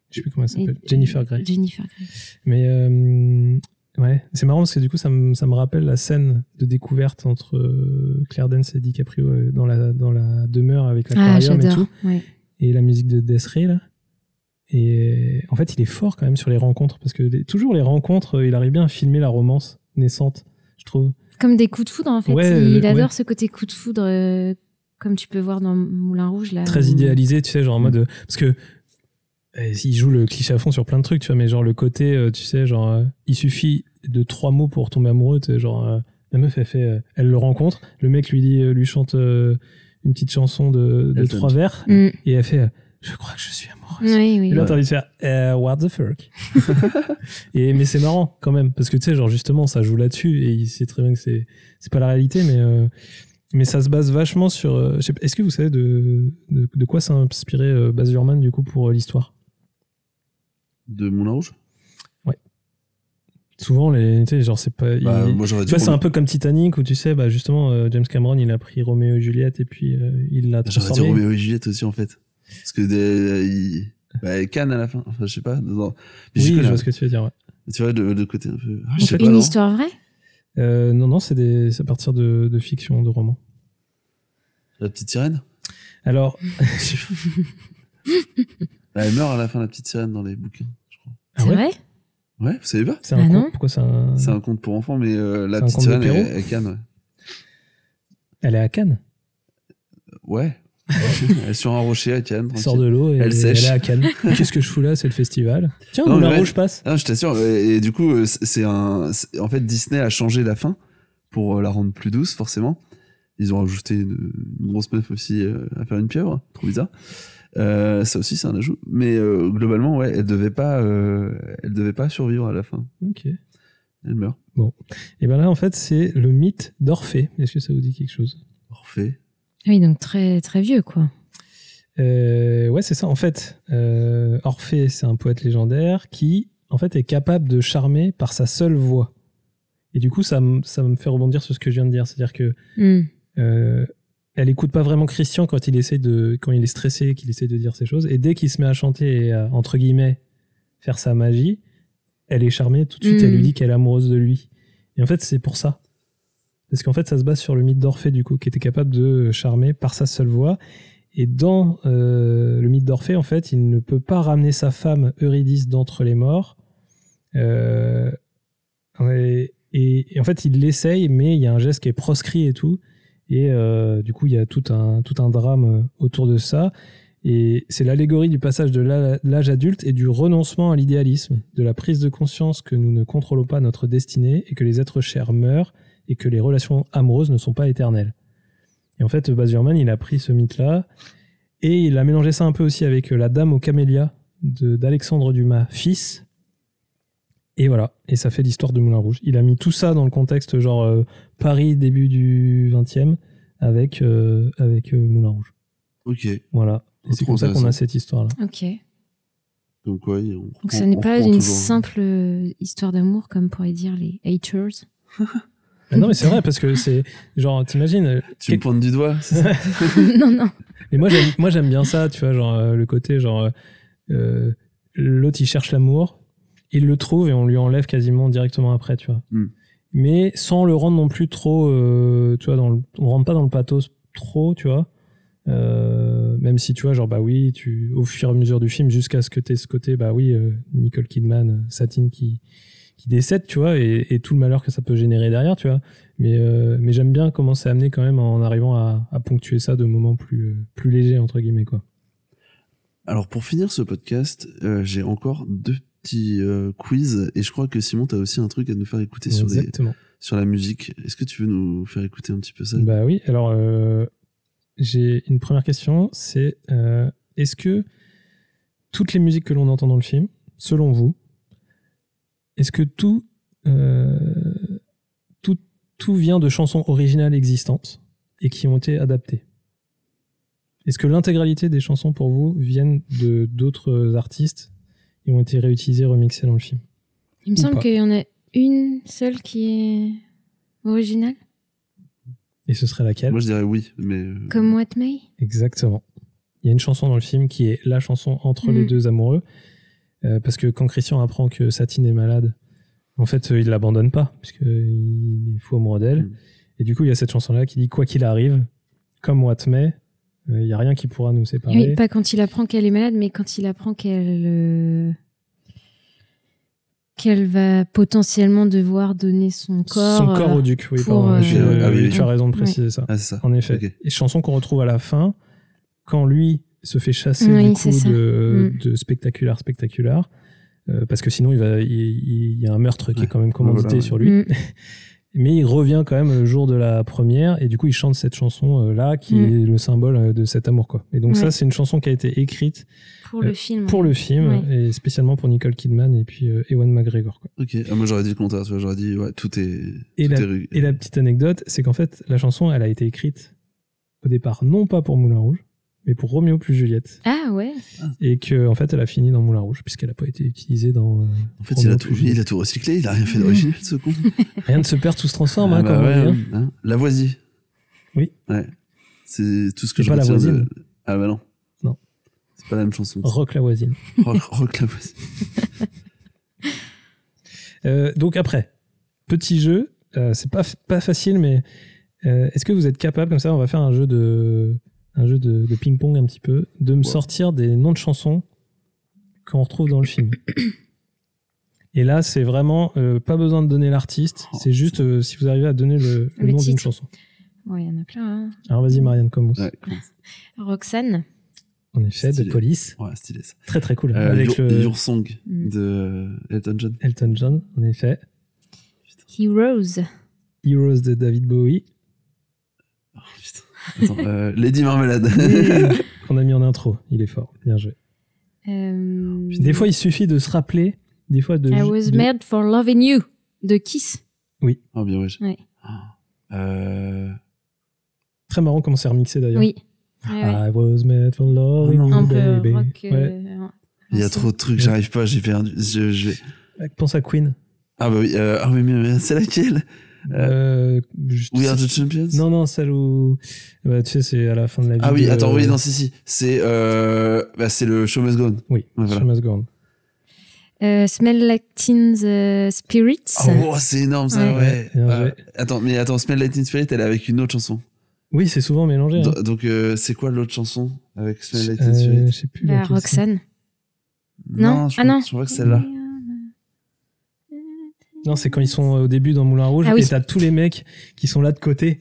S3: Je sais plus comment elle
S4: et-
S3: s'appelle. Jennifer Grey.
S4: Jennifer Grey. Ah,
S3: Mais euh, ouais, c'est marrant parce que du coup, ça me, ça me rappelle la scène de découverte entre euh, Claire Danes et DiCaprio euh, dans la, dans la demeure avec
S4: Ah,
S3: l'aquarium et
S4: j'adore.
S3: tout.
S4: ouais.
S3: Et la musique de Death Ray, là. Et euh, en fait, il est fort quand même sur les rencontres parce que les- toujours les rencontres, euh, il arrive bien à filmer la romance naissante, je trouve.
S4: Comme des coups de foudre, en fait.
S3: Ouais,
S4: il
S3: euh,
S4: adore
S3: ouais.
S4: ce côté coup de foudre, euh, comme tu peux voir dans Moulin Rouge, là.
S3: Très
S4: où-
S3: idéalisé, tu sais, genre en mode. euh, Parce que. euh, Il joue le cliché à fond sur plein de trucs, tu vois, mais genre le côté, euh, tu sais, genre, euh, il suffit de trois mots pour tomber amoureux, tu sais, genre, euh, la meuf, elle fait, euh, elle le rencontre, le mec lui dit, euh, lui chante euh, une petite chanson de, de
S2: Elton
S3: trois
S2: John.
S3: vers,
S4: Mm.
S3: et elle fait, euh, je crois que je suis amoureuse.
S4: Oui, oui.
S3: Et là,
S2: Ouais.
S3: t'as envie de faire euh, What the fuck et, Mais c'est marrant quand même, parce que tu sais, genre justement, ça joue là-dessus et il sait très bien que c'est, c'est pas la réalité, mais, euh, mais ça se base vachement sur. euh, je sais pas, est-ce que vous savez de, de, de quoi ça a inspiré euh, Baz Luhrmann du coup pour euh, l'histoire
S2: de Moulin Rouge.
S3: Souvent, les, tu sais, genre, c'est pas. il-
S2: Bah, moi, j'aurais
S3: tu
S2: dit.
S3: vois, c'est
S2: Roméo-
S3: un peu comme Titanic où tu sais, bah, justement, euh, James Cameron, il a pris Roméo et Juliette et puis euh, il l'a
S2: J'aurais dit
S3: transformé.
S2: Roméo et Juliette aussi en fait. Parce que des, il- bah, Cannes à la fin. Enfin, je sais pas. dans- Mais
S3: Oui,
S2: j'y
S3: je
S2: connais
S3: vois
S2: rien.
S3: ce que tu veux dire. ouais.
S2: Tu vois, le, le côté un peu. Ah,
S3: En
S2: je sais
S3: fait,
S2: pas,
S4: Une
S2: non.
S4: histoire vraie
S3: Euh, non, non, c'est, des, c'est à partir de, de fiction, de romans.
S2: La petite sirène.
S3: Alors, Ah
S2: Bah, elle meurt à la fin, la petite sirène, dans les bouquins, je crois.
S3: ah
S4: C'est
S3: ouais
S4: vrai
S2: Ouais, vous savez pas
S3: C'est un
S4: Ah
S3: con-
S4: non
S3: Pourquoi c'est un...
S2: C'est un conte pour enfants, mais euh, la
S3: C'est un
S2: petite
S3: conte de
S2: sirène,
S3: Perrault
S2: elle, elle canne,
S3: Elle est à Cannes.
S2: ouais. Ouais. elle est sur un rocher, elle canne.
S3: Elle
S2: tranquille.
S3: sort de l'eau et
S2: Elle
S3: elle,
S2: sèche.
S3: est à Cannes. Qu'est-ce que je fous là C'est le festival. Tiens,
S2: Non,
S3: où
S2: mais
S3: la
S2: ouais.
S3: rouge passe.
S2: Ah, je t'assure. Et, et du coup, euh, c'est c'est un. c'est- En fait, Disney a changé la fin pour euh, la rendre plus douce, forcément. Ils ont ajouté une, une grosse meuf aussi euh, à faire une pieuvre, trop bizarre. Euh, ça aussi, c'est un ajout. Mais euh, globalement, ouais, elle devait pas, euh, elle devait pas survivre à la fin.
S3: Ok. Et
S2: Elle meurt.
S3: bien là, en fait, c'est le mythe d'Orphée. Est-ce que ça vous dit quelque chose
S2: Orphée.
S4: Oui, donc très, très vieux, quoi.
S3: Euh, Ouais, c'est ça. En fait, euh, Orphée, c'est un poète légendaire qui, en fait, est capable de charmer par sa seule voix. Et du coup, ça, me- ça me fait rebondir sur ce que je viens de dire. C'est-à-dire que
S4: Mm.
S3: Euh, elle écoute pas vraiment Christian quand il essaie de quand il est stressé qu'il essaie de dire ces choses et dès qu'il se met à chanter et à, entre guillemets faire sa magie elle est charmée tout de suite
S4: Mm.
S3: elle lui dit qu'elle est amoureuse de lui et en fait c'est pour ça parce qu'en fait ça se base sur le mythe d'Orphée du coup qui était capable de charmer par sa seule voix et dans euh, le mythe d'Orphée en fait il ne peut pas ramener sa femme Eurydice d'entre les morts Euh, et, et- et en fait il l'essaye mais il y a un geste qui est proscrit et tout Et euh, du coup, il y a tout un, tout un drame euh, autour de ça. Et c'est l'allégorie du passage de l'a- l'âge adulte et du renoncement à l'idéalisme, de la prise de conscience que nous ne contrôlons pas notre destinée et que les êtres chers meurent et que les relations amoureuses ne sont pas éternelles. Et en fait, Baz Luhrmann, il a pris ce mythe-là et il a mélangé ça un peu aussi avec euh, La Dame aux Camélias de- d'Alexandre Dumas, fils. Et voilà, et ça fait l'histoire de Moulin Rouge. Il a mis tout ça dans le contexte genre euh, Paris début du 20e avec, euh, avec euh, Moulin Rouge.
S2: Ok.
S3: Voilà. Et c'est
S2: Trop
S3: comme ça qu'on
S2: intéressant.
S3: a cette histoire-là.
S4: Ok.
S2: Donc, ouais, on
S4: Donc,
S2: reprend-
S4: ce n'est
S2: on
S4: pas
S2: reprend
S4: une
S2: toujours. hein.
S4: simple euh, histoire d'amour comme pourraient dire les haters.
S3: Ah non, mais c'est vrai, parce que c'est. Genre, t'imagines. euh,
S2: Tu me pointes du doigt c'est ça
S4: non, non.
S3: Mais moi, j'aime- moi, j'aime bien ça, tu vois, genre, euh, le côté, genre. euh, euh, L'autre, il cherche l'amour, il le trouve et on lui enlève quasiment directement après, tu vois.
S2: Hmm.
S3: Mais sans le rendre non plus trop. euh, tu vois, dans le- on rentre pas dans le pathos trop, tu vois. Euh, même si tu vois, genre, bah oui, tu, au fur et à mesure du film, jusqu'à ce que tu aies ce côté, bah oui, euh, Nicole Kidman, euh, Satine qui, qui décède, tu vois, et, et tout le malheur que ça peut générer derrière, tu vois. Mais, euh, mais j'aime bien comment c'est amené quand même en arrivant à, à ponctuer ça de moments plus, euh, plus légers, entre guillemets, quoi.
S2: Alors, pour finir ce podcast, euh, j'ai encore deux petits euh, quiz. Et je crois que Simon, t'as aussi un truc à nous faire écouter sur, des-
S3: Exactement.
S2: sur la musique. Est-ce que tu veux nous faire écouter un petit peu ça
S3: Bah oui, alors euh, j'ai une première question, c'est euh, est-ce que toutes les musiques que l'on entend dans le film, selon vous, est-ce que tout, euh, tout, tout vient de chansons originales existantes et qui ont été adaptées Est-ce que l'intégralité des chansons pour vous viennent de d'autres artistes et ont été réutilisées, remixées dans le film
S4: Il me
S3: Ou
S4: semble
S3: pas.
S4: qu'il y en a une seule qui est originale,
S3: Et ce serait laquelle
S2: Moi, je dirais oui, mais. euh,
S3: Mmh.
S4: comme What May.
S3: Exactement. Il y a une chanson dans le film qui est la chanson entre les
S4: Mhm.
S3: deux amoureux. Euh, parce que quand Christian apprend que Satine est malade, en fait, euh, il l'abandonne pas, puisqu'il est fou amoureux d'elle.
S4: Mm.
S2: Mhm.
S3: Et du coup, il y a cette chanson-là qui dit Quoi qu'il arrive, comme What May, euh, il n'y a rien qui pourra nous séparer.
S4: Oui, pas quand il apprend qu'elle est malade, mais quand il apprend qu'elle euh, qu'elle va potentiellement devoir donner son corps.
S3: Son corps
S4: euh,
S3: au duc, oui,
S4: pour,
S3: pardon.
S4: euh,
S3: Tu, euh,
S2: Ah oui, oui.
S3: tu as raison de préciser ça.
S2: Ah, c'est ça.
S3: En effet.
S2: Ok.
S3: Et chanson qu'on retrouve à la fin, quand lui se fait chasser
S4: Oui,
S3: du coup
S4: c'est ça.
S3: de,
S4: Mm.
S3: de spectaculaire, spectaculaire, euh, parce que sinon il, va, il, il y a un meurtre qui
S2: Ouais.
S3: est quand même commandité
S2: Voilà, ouais.
S3: sur lui.
S4: Mm.
S3: Mais il revient quand même le jour de la première et du coup il chante cette chanson euh, là qui
S4: Mm.
S3: est le symbole euh, de cet amour quoi. Et donc ça
S4: Ouais.
S3: c'est une chanson qui a été écrite
S4: pour
S3: euh,
S4: le film.
S3: pour le film
S4: Ouais.
S3: et spécialement pour Nicole Kidman et puis euh, Ewan McGregor quoi.
S2: Ok. Ah, moi, j'aurais dit le contraire. tu vois, J'aurais dit, ouais, tout est.
S3: Et
S2: tout
S3: la-
S2: est ru-
S3: Et la petite anecdote, c'est qu'en fait, la chanson, elle a été écrite au départ non pas pour Moulin Rouge, mais pour Roméo plus Juliette.
S4: Ah ouais.
S3: Et que en fait, elle a fini dans Moulin Rouge, puisqu'elle n'a pas été utilisée dans. euh,
S2: En fait, il a,
S3: Roméo
S2: tout,
S3: plus Juliette.
S2: il a tout recyclé. Il a rien fait d'original, ce con.
S3: Rien ne se perd, tout se transforme,
S2: Ah
S3: hein,
S2: bah
S3: comme on
S2: ouais,
S3: dit, hein.
S2: hein. Lavoisier.
S3: Oui.
S2: Ouais. C'est tout ce que
S3: C'est
S2: je
S3: pas
S2: retiens de-
S3: Lavoisier,
S2: Ah bah non.
S3: Non.
S2: C'est pas la même chanson.
S3: hein. Rock la voisine.
S2: Rock, rock Lavoisier.
S3: Euh, donc après, petit jeu, euh, c'est pas, pas facile, mais euh, est-ce que vous êtes capable, comme ça, on va faire un jeu de, un jeu de, de ping-pong un petit peu, de me
S2: Ouais.
S3: sortir des noms de chansons qu'on retrouve dans le film Et là, c'est vraiment euh, pas besoin de donner l'artiste,
S2: Oh,
S3: c'est juste euh, si vous arrivez à donner le, le
S4: Le
S3: nom d'une
S4: titre.
S3: chanson.
S4: Ouais, il y en a plein. hein.
S3: Alors vas-y, Marianne, commence.
S2: Ouais,
S4: Roxane.
S3: En effet, de
S2: Stylé.
S3: police.
S2: ouais stylé ça.
S3: Très très cool.
S2: Euh,
S3: Avec
S2: Your,
S3: le-
S2: Your Song
S4: Mm.
S3: Mmh.
S2: de euh, Elton John.
S3: Elton John, en effet.
S4: Heroes.
S3: Heroes de David Bowie,
S2: Oh, putain. Attends, euh, Lady Marmalade.
S3: qu'on a mis en intro. Il est fort, bien joué.
S4: Euh,
S3: Des fois, il suffit de se rappeler, des fois de.
S4: I was
S3: de-
S4: made for loving you de Kiss.
S2: oh bien wesh. Ah.
S4: Ouais.
S2: Euh,
S3: Très marrant comment c'est remixé d'ailleurs.
S4: Oui. Ouais, ouais.
S3: I was made for love,
S2: Ah non.
S4: Un peu
S3: baby.
S4: rock. euh,
S3: Ouais.
S4: en-
S2: Il y a
S4: ancien.
S2: trop de trucs, j'arrive pas, j'ai perdu. Je, je vais-
S4: euh,
S3: Pense à Queen.
S2: Ah bah oui, euh, ah oui mais, mais c'est laquelle
S3: Euh, je-
S2: We Are the Champions
S3: Non, non, celle où. Bah, tu sais, c'est à la fin de la vie.
S2: Ah oui,
S3: de-
S2: attends, oui, non, si, si. C'est euh, bah, c'est le Show Must Go On.
S3: Oui,
S2: Ouais, voilà.
S3: She Must Go On.
S4: Euh, Smell Like Teen the Spirits.
S3: Ah,
S2: Oh, wow, c'est énorme ça,
S4: Ouais.
S2: ouais.
S3: Bien
S2: Euh,
S3: joué.
S2: attends, mais attends, Smell Lightning Spirit, elle est avec une autre chanson.
S3: Oui, c'est souvent mélangé. hein.
S2: Do- Donc, euh, c'est quoi l'autre chanson avec Smell
S3: Euh,
S2: Lightning Spirit
S3: je sais plus.
S4: Bah,
S3: laquelle c'est.
S4: Roxane. non,
S2: je
S4: ah
S2: crois-
S4: non.
S2: Je crois que c'est celle-là.
S3: Non, c'est quand ils sont au début dans Moulin Rouge
S4: Ah oui.
S3: et t'as tous les mecs qui sont là de côté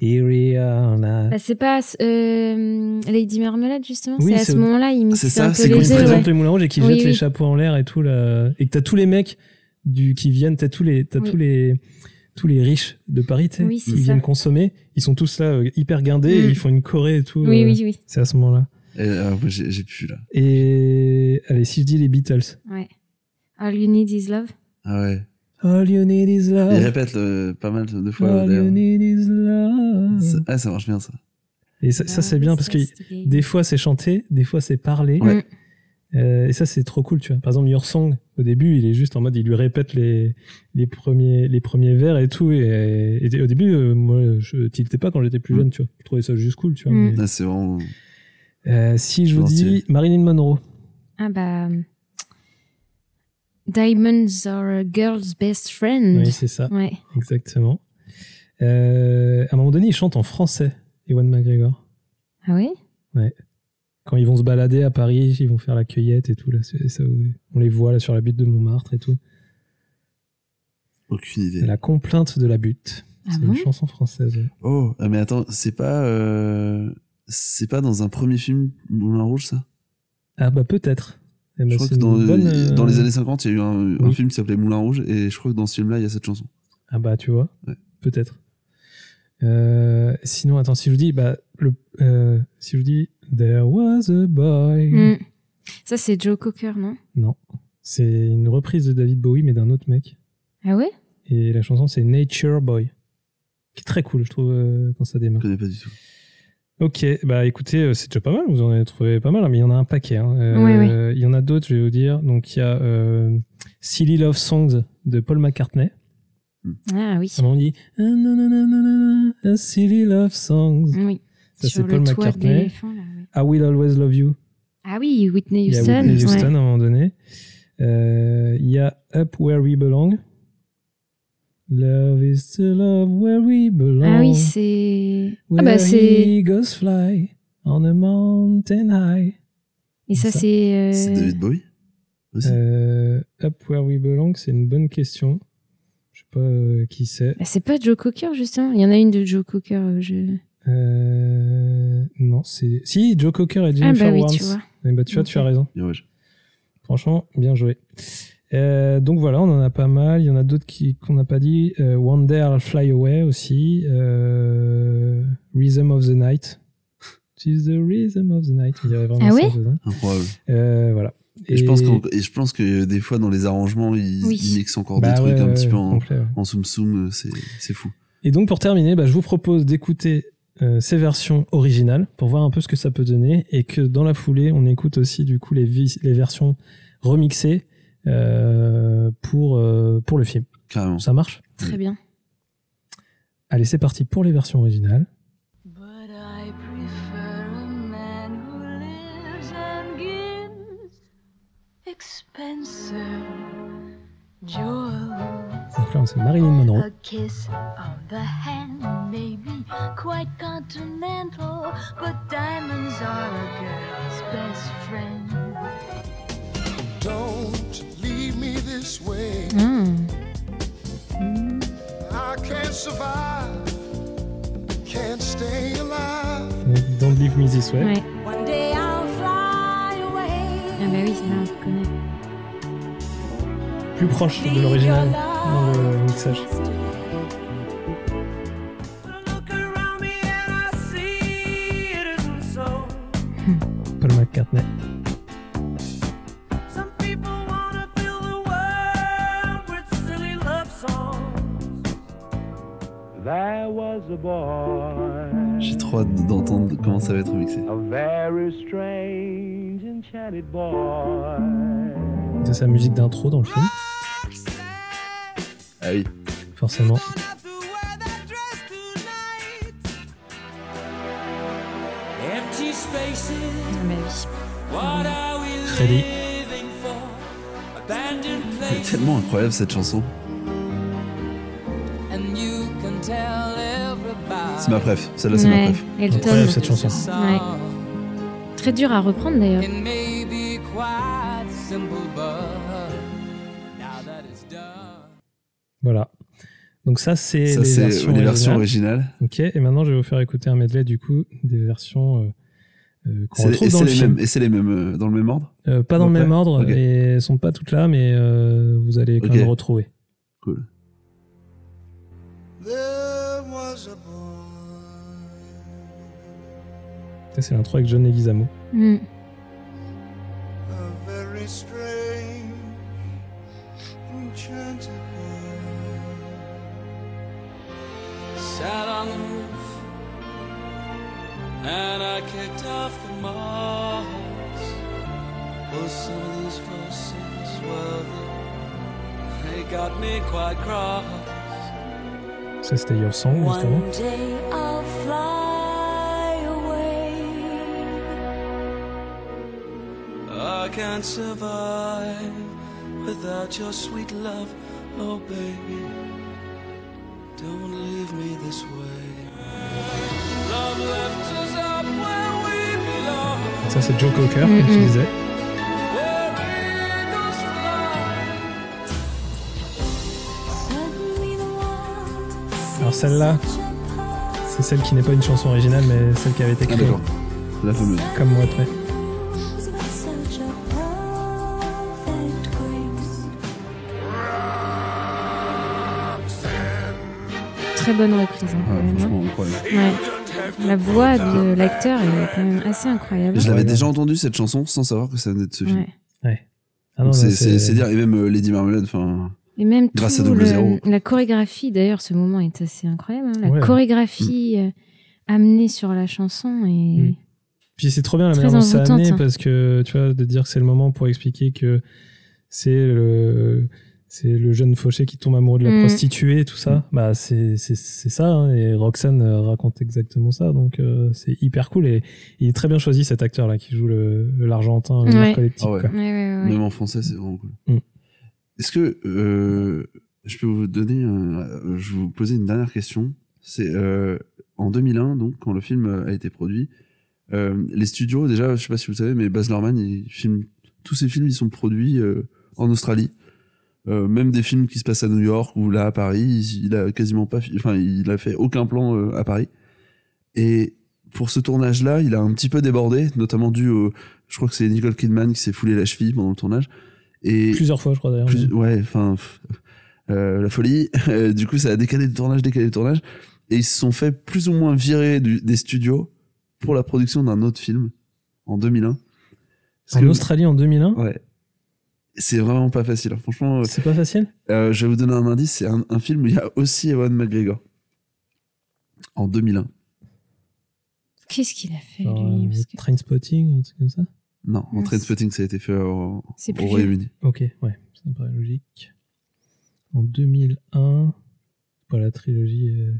S3: Iriana.
S4: Bah, c'est pas euh, Lady Marmelade, justement.
S3: Oui,
S4: c'est à
S3: c'est
S4: ce
S3: au-
S4: moment-là, il mixe
S2: C'est ça,
S4: un peu
S2: c'est
S4: les
S2: quand
S3: Ils
S2: il
S4: deux.
S2: présente
S4: ouais.
S3: présentent le moulin rouge et qu'ils
S4: Oui,
S3: jettent les
S4: oui.
S3: chapeaux en l'air et tout là, et que t'as tous les mecs du qui viennent, t'as tous les, t'as
S4: Oui.
S3: tous les, tous les riches de Paris, tu sais,
S4: Oui, c'est
S3: qui
S4: ça.
S3: viennent consommer, ils sont tous là euh, hyper guindés, et
S4: Mm.
S3: ils font une corée et tout.
S4: Oui,
S3: euh,
S4: oui, oui.
S3: C'est à ce moment-là.
S2: Et, euh, ouais, j'ai j'ai pu là.
S3: Et allez, si je dis les Beatles.
S4: Ouais. All you need is love.
S2: Ah ouais.
S3: All you need is love.
S2: Il répète le- pas mal de fois.
S3: All you
S2: d'ailleurs.
S3: need is love.
S2: Ça- Ah, ça marche bien ça.
S3: Et
S4: Ah,
S3: ça,
S4: Bah,
S3: ça, c'est bien parce que des fois c'est chanté, des fois c'est parlé.
S4: Ouais.
S3: Euh, et ça c'est trop cool, tu vois. Par exemple, Your Song, au début, il est juste en mode, il lui répète les, les, premiers, les premiers vers et tout. Et, et au début, euh, moi, je tiltais pas quand j'étais plus
S2: Mm.
S3: jeune, tu vois. Je trouvais ça juste cool, tu vois.
S4: Mm.
S3: mais-
S2: Là, c'est vraiment.
S3: Euh, si je vous dis
S2: Gentil.
S3: Marilyn Monroe,
S4: Ah bah. Diamonds are a girl's best friend.
S3: oui, c'est ça,
S4: Ouais.
S3: exactement. Euh, à un moment donné, il chante en français, Ewan McGregor.
S4: Ah oui
S3: Quand ils vont se balader à Paris, ils vont faire la cueillette et tout. Là, c'est- ça, oui. on les voit là sur la butte de Montmartre et tout.
S2: Aucune idée.
S3: La complainte de la butte.
S4: Ah
S3: c'est
S4: bon
S3: une chanson française.
S2: Oh, ah, mais attends, c'est pas. euh, C'est pas dans un premier film Moulin Rouge ça
S3: Ah bah peut-être. Eh ben,
S2: Je crois
S3: c'est
S2: que dans,
S3: une bonne, euh,
S2: dans les années 50, il y a eu un, un
S3: oui.
S2: film qui s'appelait Moulin Rouge et je crois que dans ce film-là, il y a cette chanson.
S3: Ah bah tu vois,
S2: Ouais.
S3: peut-être. Euh, sinon, attends, si je vous dis, bah, le, euh, si je vous dis, There was a boy.
S4: Mm. Ça, c'est Joe Cocker, non
S3: Non, c'est une reprise de David Bowie mais d'un autre mec.
S4: Ah ouais
S3: Et la chanson c'est Nature Boy, qui est très cool, je trouve, euh, quand ça
S2: Je
S3: démarre.
S2: connais pas du tout.
S3: Ok, bah écoutez, euh, c'est déjà pas mal, vous en avez trouvé pas mal, hein, mais il y en a un paquet. hein. Euh,
S4: Ouais,
S3: Il y en a d'autres, je vais vous dire. Donc il y a euh, Silly Love Songs de Paul McCartney.
S4: Ah oui.
S3: À un moment, il dit Ah, nananana, a Silly Love Songs.
S4: Oui.
S3: Ça,
S4: Sur
S3: c'est
S4: le
S3: Paul
S4: toit de
S3: McCartney.
S4: l'éléphant, là, ouais.
S3: I Will Always Love You.
S4: Ah oui, Whitney
S3: Il y a
S4: Houston.
S3: Whitney
S4: ouais.
S3: Houston à un moment donné. Euh, il y a Up Where We Belong. Love is to love where we belong.
S4: Ah oui, c'est. Ah
S3: Where
S4: bah c'est.
S3: eagles fly on a mountain high.
S4: Et ça,
S3: ça.
S4: c'est. euh,
S2: C'est David Bowie aussi
S3: Euh, Up Where We Belong, c'est une bonne question. Je sais pas euh, qui c'est.
S4: bah, c'est pas Joe Cocker, justement. Il y en a une de Joe Cocker. euh, Je...
S3: Euh, non, c'est. Si, Joe Cocker et
S4: Ah
S3: Jennifer
S4: bah oui,
S3: Warnes.
S4: tu vois.
S3: Eh bah, tu vois, tu as raison.
S2: Bien, ouais, je-
S3: Franchement, bien joué. Euh, donc voilà, on en a pas mal. Il y en a d'autres qui- qu'on n'a pas dit. Euh, Wonder Fly Away aussi. Euh, Rhythm of the Night. She's the rhythm of the night. Il y avait vraiment
S4: Ah
S3: ça
S4: ouais
S3: dedans.
S2: Improbable.
S3: Euh, Voilà.
S2: Et, je pense qu'en- et je pense que euh, des fois, dans les arrangements, ils,
S4: Oui.
S2: ils mixent encore
S3: Bah
S2: des trucs
S3: ouais,
S2: un
S3: ouais,
S2: petit peu en,
S3: complet, ouais.
S2: en soum-soum, euh, c'est c'est fou.
S3: Et donc pour terminer, bah, je vous propose d'écouter euh, ces versions originales pour voir un peu ce que ça peut donner et que dans la foulée, on écoute aussi du coup les, vis- les versions remixées euh, pour, euh, pour le film.
S2: Carrément.
S3: Ça marche
S4: Très bien.
S3: Allez, c'est parti pour les versions originales.
S1: But I prefer a man who lives and gives expensive jewels.
S3: Donc là, c'est Marilyn Monroe.
S1: A kiss on the hand may be quite continental, but diamonds are a girl's best friend.
S6: Don't leave me this way.
S4: Ah.
S6: I can't survive. Can't stay alive.
S3: Donc, Don't Leave Me This Way.
S4: Ouais.
S1: One day I'll fly
S4: Ah
S1: away.
S4: bah oui, là, on se connaît.
S3: Plus proche de l'original dans le mixage. Paul McCartney.
S9: There was a boy,
S2: J'ai trop hâte d'entendre comment ça va être mixé.
S3: Ah
S9: a very strange, enchanted boy.
S3: De sa musique d'intro dans le film,
S2: Ah oui.
S3: forcément.
S5: Empty spaces,
S4: Ah bah oui.
S5: what are we
S3: Freddy.
S5: living for? Abandoned
S2: Elle est
S5: places,
S2: tellement incroyable cette chanson.
S5: and you can tell everybody.
S2: C'est ma préf. Celle-là, c'est ma
S4: Ouais.
S2: préf.
S3: Incroyable
S4: Elton.
S3: cette chanson.
S4: Très dur à reprendre d'ailleurs.
S5: It may be quite simple, but now that it's done.
S3: Voilà. Donc ça, c'est
S2: Ça,
S3: les,
S2: c'est
S3: versions
S2: les versions
S3: originales.
S2: originales.
S3: Ok, et maintenant, je vais vous faire écouter un medley, du coup, des versions euh, euh, qu'on
S2: C'est-
S3: retrouve
S2: et
S3: dans
S2: c'est
S3: le
S2: les
S3: film.
S2: mêmes- Et c'est les mêmes, euh, dans le même ordre
S3: Euh, pas dans le
S2: Ok.
S3: même ordre,
S2: Ok.
S3: et elles sont pas toutes là, mais euh, vous allez quand
S2: Ok.
S3: même retrouver.
S2: Cool.
S6: There was a boy,
S3: Ça, c'est l'intro avec John Leguizamo.
S4: Hmm.
S6: a very strange, enchanted boy.
S5: Sat on the roof and I kicked off the moss. Oh, some of these voices, well, they, they got me quite cross.
S3: Ça, c'était Your Song, justement.
S1: One day I'll fly away.
S5: I can't survive without your sweet love, oh baby. Don't leave me this way. Love left us up where we belong.
S3: Ça, c'est Joe Cocker, comme tu
S4: Mhm.
S3: disais.
S5: Where eagles fly.
S1: Suddenly the world
S3: Alors, celle-là, c'est celle qui n'est pas une chanson originale, mais celle qui avait été
S2: Ah,
S3: créée.
S2: d'accord. La fameuse.
S3: Comme moi, après.
S1: seems but such a perfect grace.
S4: Très bonne reprise. hein,
S2: Ah,
S4: quand même, hein.
S2: franchement, incroyable.
S4: Ouais. La voix de l'acteur est quand même assez incroyable.
S2: Je l'avais
S3: Ouais.
S2: déjà entendu cette chanson sans savoir que ça venait de ce film.
S4: Ouais.
S3: Ah non,
S2: Donc,
S3: non,
S2: c'est- C'est c'est dire, et même euh, Lady Marmalade, enfin.
S4: Et même
S2: Grâce
S4: tout
S2: à Double
S4: le-
S2: Zéro.
S4: la chorégraphie, d'ailleurs, ce moment est assez incroyable. hein. La
S3: Ouais.
S2: Mm.
S4: chorégraphie euh, amenée sur la chanson
S3: Mm.
S4: et
S3: Puis c'est trop bien la
S4: Très
S3: manière dont ça a amené,
S4: envoûtante. hein.
S3: parce que, tu vois, de dire que c'est le moment pour expliquer que c'est le, c'est le jeune fauché qui tombe amoureux de la
S4: Mm.
S3: prostituée et tout ça.
S2: Mm.
S3: Bah, c'est, c'est, c'est ça, hein, et Roxane euh, raconte exactement ça, donc euh, c'est hyper cool. Et il est très bien choisi, cet acteur-là, qui joue le, l'Argentin, euh,
S4: Ouais.
S3: narcoleptique.
S2: Ah ouais.
S3: quoi.
S4: Ouais, ouais, ouais.
S2: Même en français, c'est vraiment cool.
S3: Mm.
S2: Est-ce que euh, je peux vous donner, un- euh, je vais vous poser une dernière question. C'est euh, en 2001, donc quand le film euh, a été produit, euh, les studios déjà, je sais pas si vous le savez, mais Baz Luhrmann, il filme tous ses films, ils sont produits euh, en Australie. Euh, même des films qui se passent à New York ou là à Paris, il, il a quasiment pas, fi- enfin, il a fait aucun plan euh, à Paris. Et pour ce tournage-là, il a un petit peu débordé, notamment dû au, je crois que c'est Nicole Kidman qui s'est foulé la cheville pendant le tournage. Et
S3: Plusieurs fois, je crois, d'ailleurs.
S2: plus- ouais, enfin, pff, euh, la folie. Euh, du coup, ça a décalé le tournage, décalé le tournage. Et ils se sont fait plus ou moins virer du- des studios pour la production d'un autre film en 2001. Parce
S3: En
S2: que-
S3: Australie, en 2001,
S2: Ouais. C'est vraiment pas facile. Franchement,
S3: c'est pas facile
S2: euh, je vais vous donner un indice. C'est un, un film où il y a aussi Ewan McGregor. En 2001.
S4: Qu'est-ce qu'il a fait
S3: Genre,
S4: lui
S3: euh,
S4: Parce que
S3: Trainspotting, un truc comme ça
S2: Non, en
S4: Ouais, Ah, c'est-
S2: Trainspotting, ça a été fait au,
S4: C'est plus
S2: au
S4: vieux.
S2: Royaume-Uni.
S3: Ok, ouais, ça me paraît logique. En 2001, c'est pas la trilogie euh,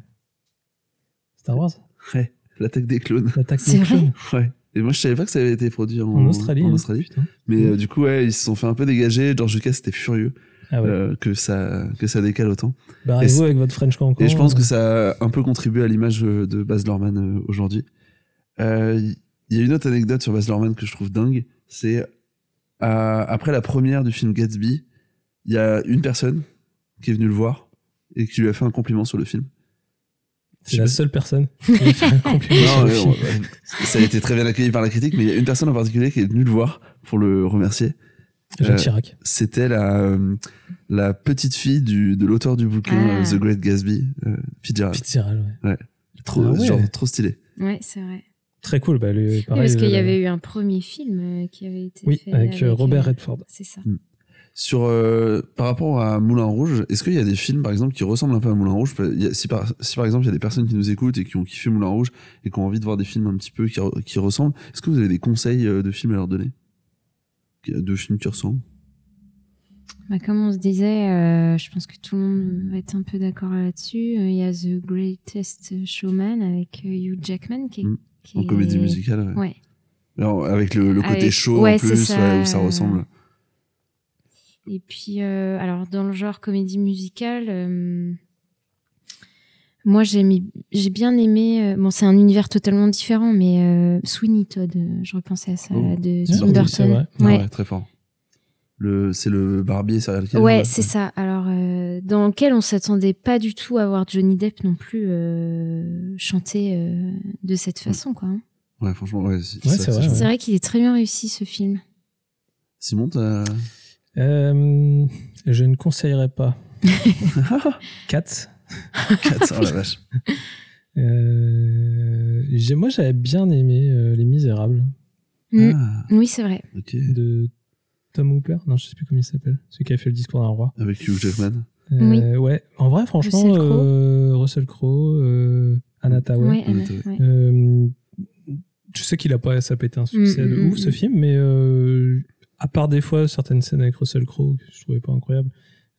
S3: Star Wars
S2: Ouais, l'attaque des clones.
S3: L'attaque
S4: C'est
S3: des
S4: vrai
S3: clones.
S2: Ouais. Et moi, je savais pas que ça avait été produit en,
S3: En Australie.
S2: en
S3: hein.
S2: Australie.
S3: Putain.
S2: Mais euh, du coup, ouais, ils se sont fait un peu dégager. George Lucas était furieux
S3: Ah ouais.
S2: euh, que, ça, que ça décale autant. et
S3: Barrez-vous
S2: c'est-
S3: avec votre French euh, Cancan.
S2: Et je pense que ça a un peu contribué à l'image euh, de Baz Luhrmann euh, aujourd'hui. Euh, Il y a une autre anecdote sur Baz Luhrmann que je trouve dingue. C'est euh, après la première du film Gatsby, il y a une personne qui est venue le voir et qui lui a fait un compliment sur le film.
S3: C'est la seule personne qui m'a fait un compliment sur
S2: Non,
S3: le
S2: euh,
S3: film.
S2: on- ça a été très bien accueilli par la critique, mais il y a une personne en particulier qui est venue le voir pour le remercier.
S3: Jacques
S2: euh,
S3: Chirac.
S2: C'était la, euh, la petite fille du, de l'auteur du bouquin
S4: Ah.
S2: euh, The Great Gatsby, euh, Fitzgerald.
S3: Fitzgerald, ouais.
S2: Trop,
S3: Ah ouais.
S2: genre, trop stylé.
S4: Ouais, c'est vrai.
S3: Très cool. Bah, le,
S4: Oui,
S3: pareil,
S4: parce qu'il
S3: le-
S4: y avait eu un premier film euh, qui avait été
S3: Oui,
S4: fait
S3: avec euh, Robert
S4: euh,
S3: Redford.
S4: C'est ça.
S2: Sur, euh, par rapport à Moulin Rouge, est-ce qu'il y a des films, par exemple, qui ressemblent un peu à Moulin Rouge Il y a- si, par, si par exemple, il y a des personnes qui nous écoutent et qui ont kiffé Moulin Rouge et qui ont envie de voir des films un petit peu qui, re- qui ressemblent, est-ce que vous avez des conseils euh, de films à leur donner De films qui ressemblent
S4: Bah, comme on se disait, euh, je pense que tout le monde va être un peu d'accord là-dessus. Euh, Il y a The Greatest Showman avec euh, Hugh Jackman qui est.
S2: Mm.
S4: qui
S2: En
S4: est-
S2: comédie musicale ouais.
S4: Ouais.
S2: Alors, Avec le, le côté
S4: Avec-
S2: chaud en
S4: ouais, c'est
S2: plus,
S4: ça,
S2: ouais, où ça
S4: euh,
S2: ressemble.
S4: Et puis, euh, alors, dans le genre comédie musicale, euh, moi, j'ai mis- j'ai bien aimé. euh, bon, c'est un univers totalement différent, mais euh, Sweeney Todd, euh, je repensais à ça,
S2: Oh,
S4: là, de
S3: c'est
S4: Tim
S2: vrai,
S4: Burton.
S3: c'est vrai.
S2: Ah
S4: Ouais.
S2: ouais, très fort. le c'est le barbier serial killer.
S4: Ouais,
S2: là.
S4: c'est ça. Alors, euh, dans lequel on s'attendait pas du tout à voir Johnny Depp non plus euh, chanter euh, de cette façon, quoi. hein.
S2: Ouais, franchement, Ah ouais. c'est-
S3: Ouais,
S2: ça,
S3: c'est vrai, ouais.
S4: C'est vrai qu'il est très bien réussi ce film.
S2: Simon, t'as.
S3: Euh, je ne conseillerais pas. 4.
S2: Quatre, oh la vache.
S3: Euh, moi, j'avais bien aimé euh, Les Misérables
S4: Mm.
S2: Ah,
S4: Oui, c'est vrai.
S2: ok.
S3: de Tom Hooper. Non, je sais plus comment il s'appelle. Celui qui a fait le discours d'un roi.
S2: Avec Hugh Jackman.
S3: Euh,
S4: Oui.
S3: Ouais, en vrai, franchement,
S4: Russell Crowe.
S3: euh, Russell Crowe, euh, Anna Tawai.
S4: Ouais, Anna,
S2: Anna,
S4: ouais.
S3: Euh, je sais qu'il a pas, ça a pété un succès
S4: Mm,
S3: de
S4: mm,
S3: ouf ce
S4: mm.
S3: film, mais euh, à part des fois certaines scènes avec Russell Crowe que je trouvais pas incroyable,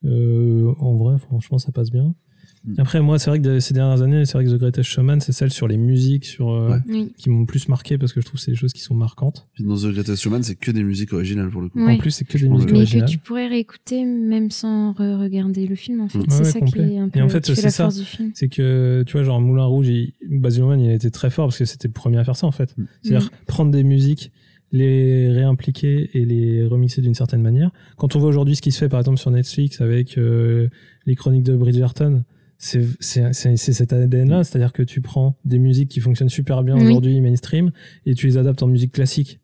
S3: euh, en vrai, franchement, ça passe bien.
S2: Mm.
S3: Après, moi, c'est vrai que des- ces dernières années, c'est vrai que The Greatest Showman, c'est celle sur les musiques, sur euh,
S2: Ouais.
S4: Oui.
S3: qui m'ont le plus marqué parce que je trouve que c'est des choses qui sont marquantes.
S2: Puis dans The Greatest Showman, c'est que des musiques originales pour le coup.
S4: Ouais.
S3: En plus, c'est que
S2: Je
S3: des
S2: pense
S3: musiques
S2: que-
S4: Mais que
S3: originales.
S4: tu pourrais réécouter même sans regarder le film, en fait.
S2: Mm.
S4: c'est
S3: Ouais,
S4: ça
S3: complet.
S4: qui est un
S3: Et
S4: peu
S3: en fait,
S4: qui fait
S3: c'est
S4: la
S3: ça.
S4: force du film.
S3: C'est que, tu vois, genre Moulin Rouge, il, Baz Luhrmann, il a été très fort parce que c'était le premier à faire ça, en fait.
S2: Mm.
S3: C'est-à-dire prendre des musiques, les réimpliquer et les remixer d'une certaine manière. Quand on voit aujourd'hui ce qui se fait, par exemple, sur Netflix avec euh, les chroniques de Bridgerton, c'est c'est- c'est- c'est cet ADN-là, c'est-à-dire que tu prends des musiques qui fonctionnent super bien
S4: Oui.
S3: aujourd'hui, mainstream, et tu les adaptes en musique classique.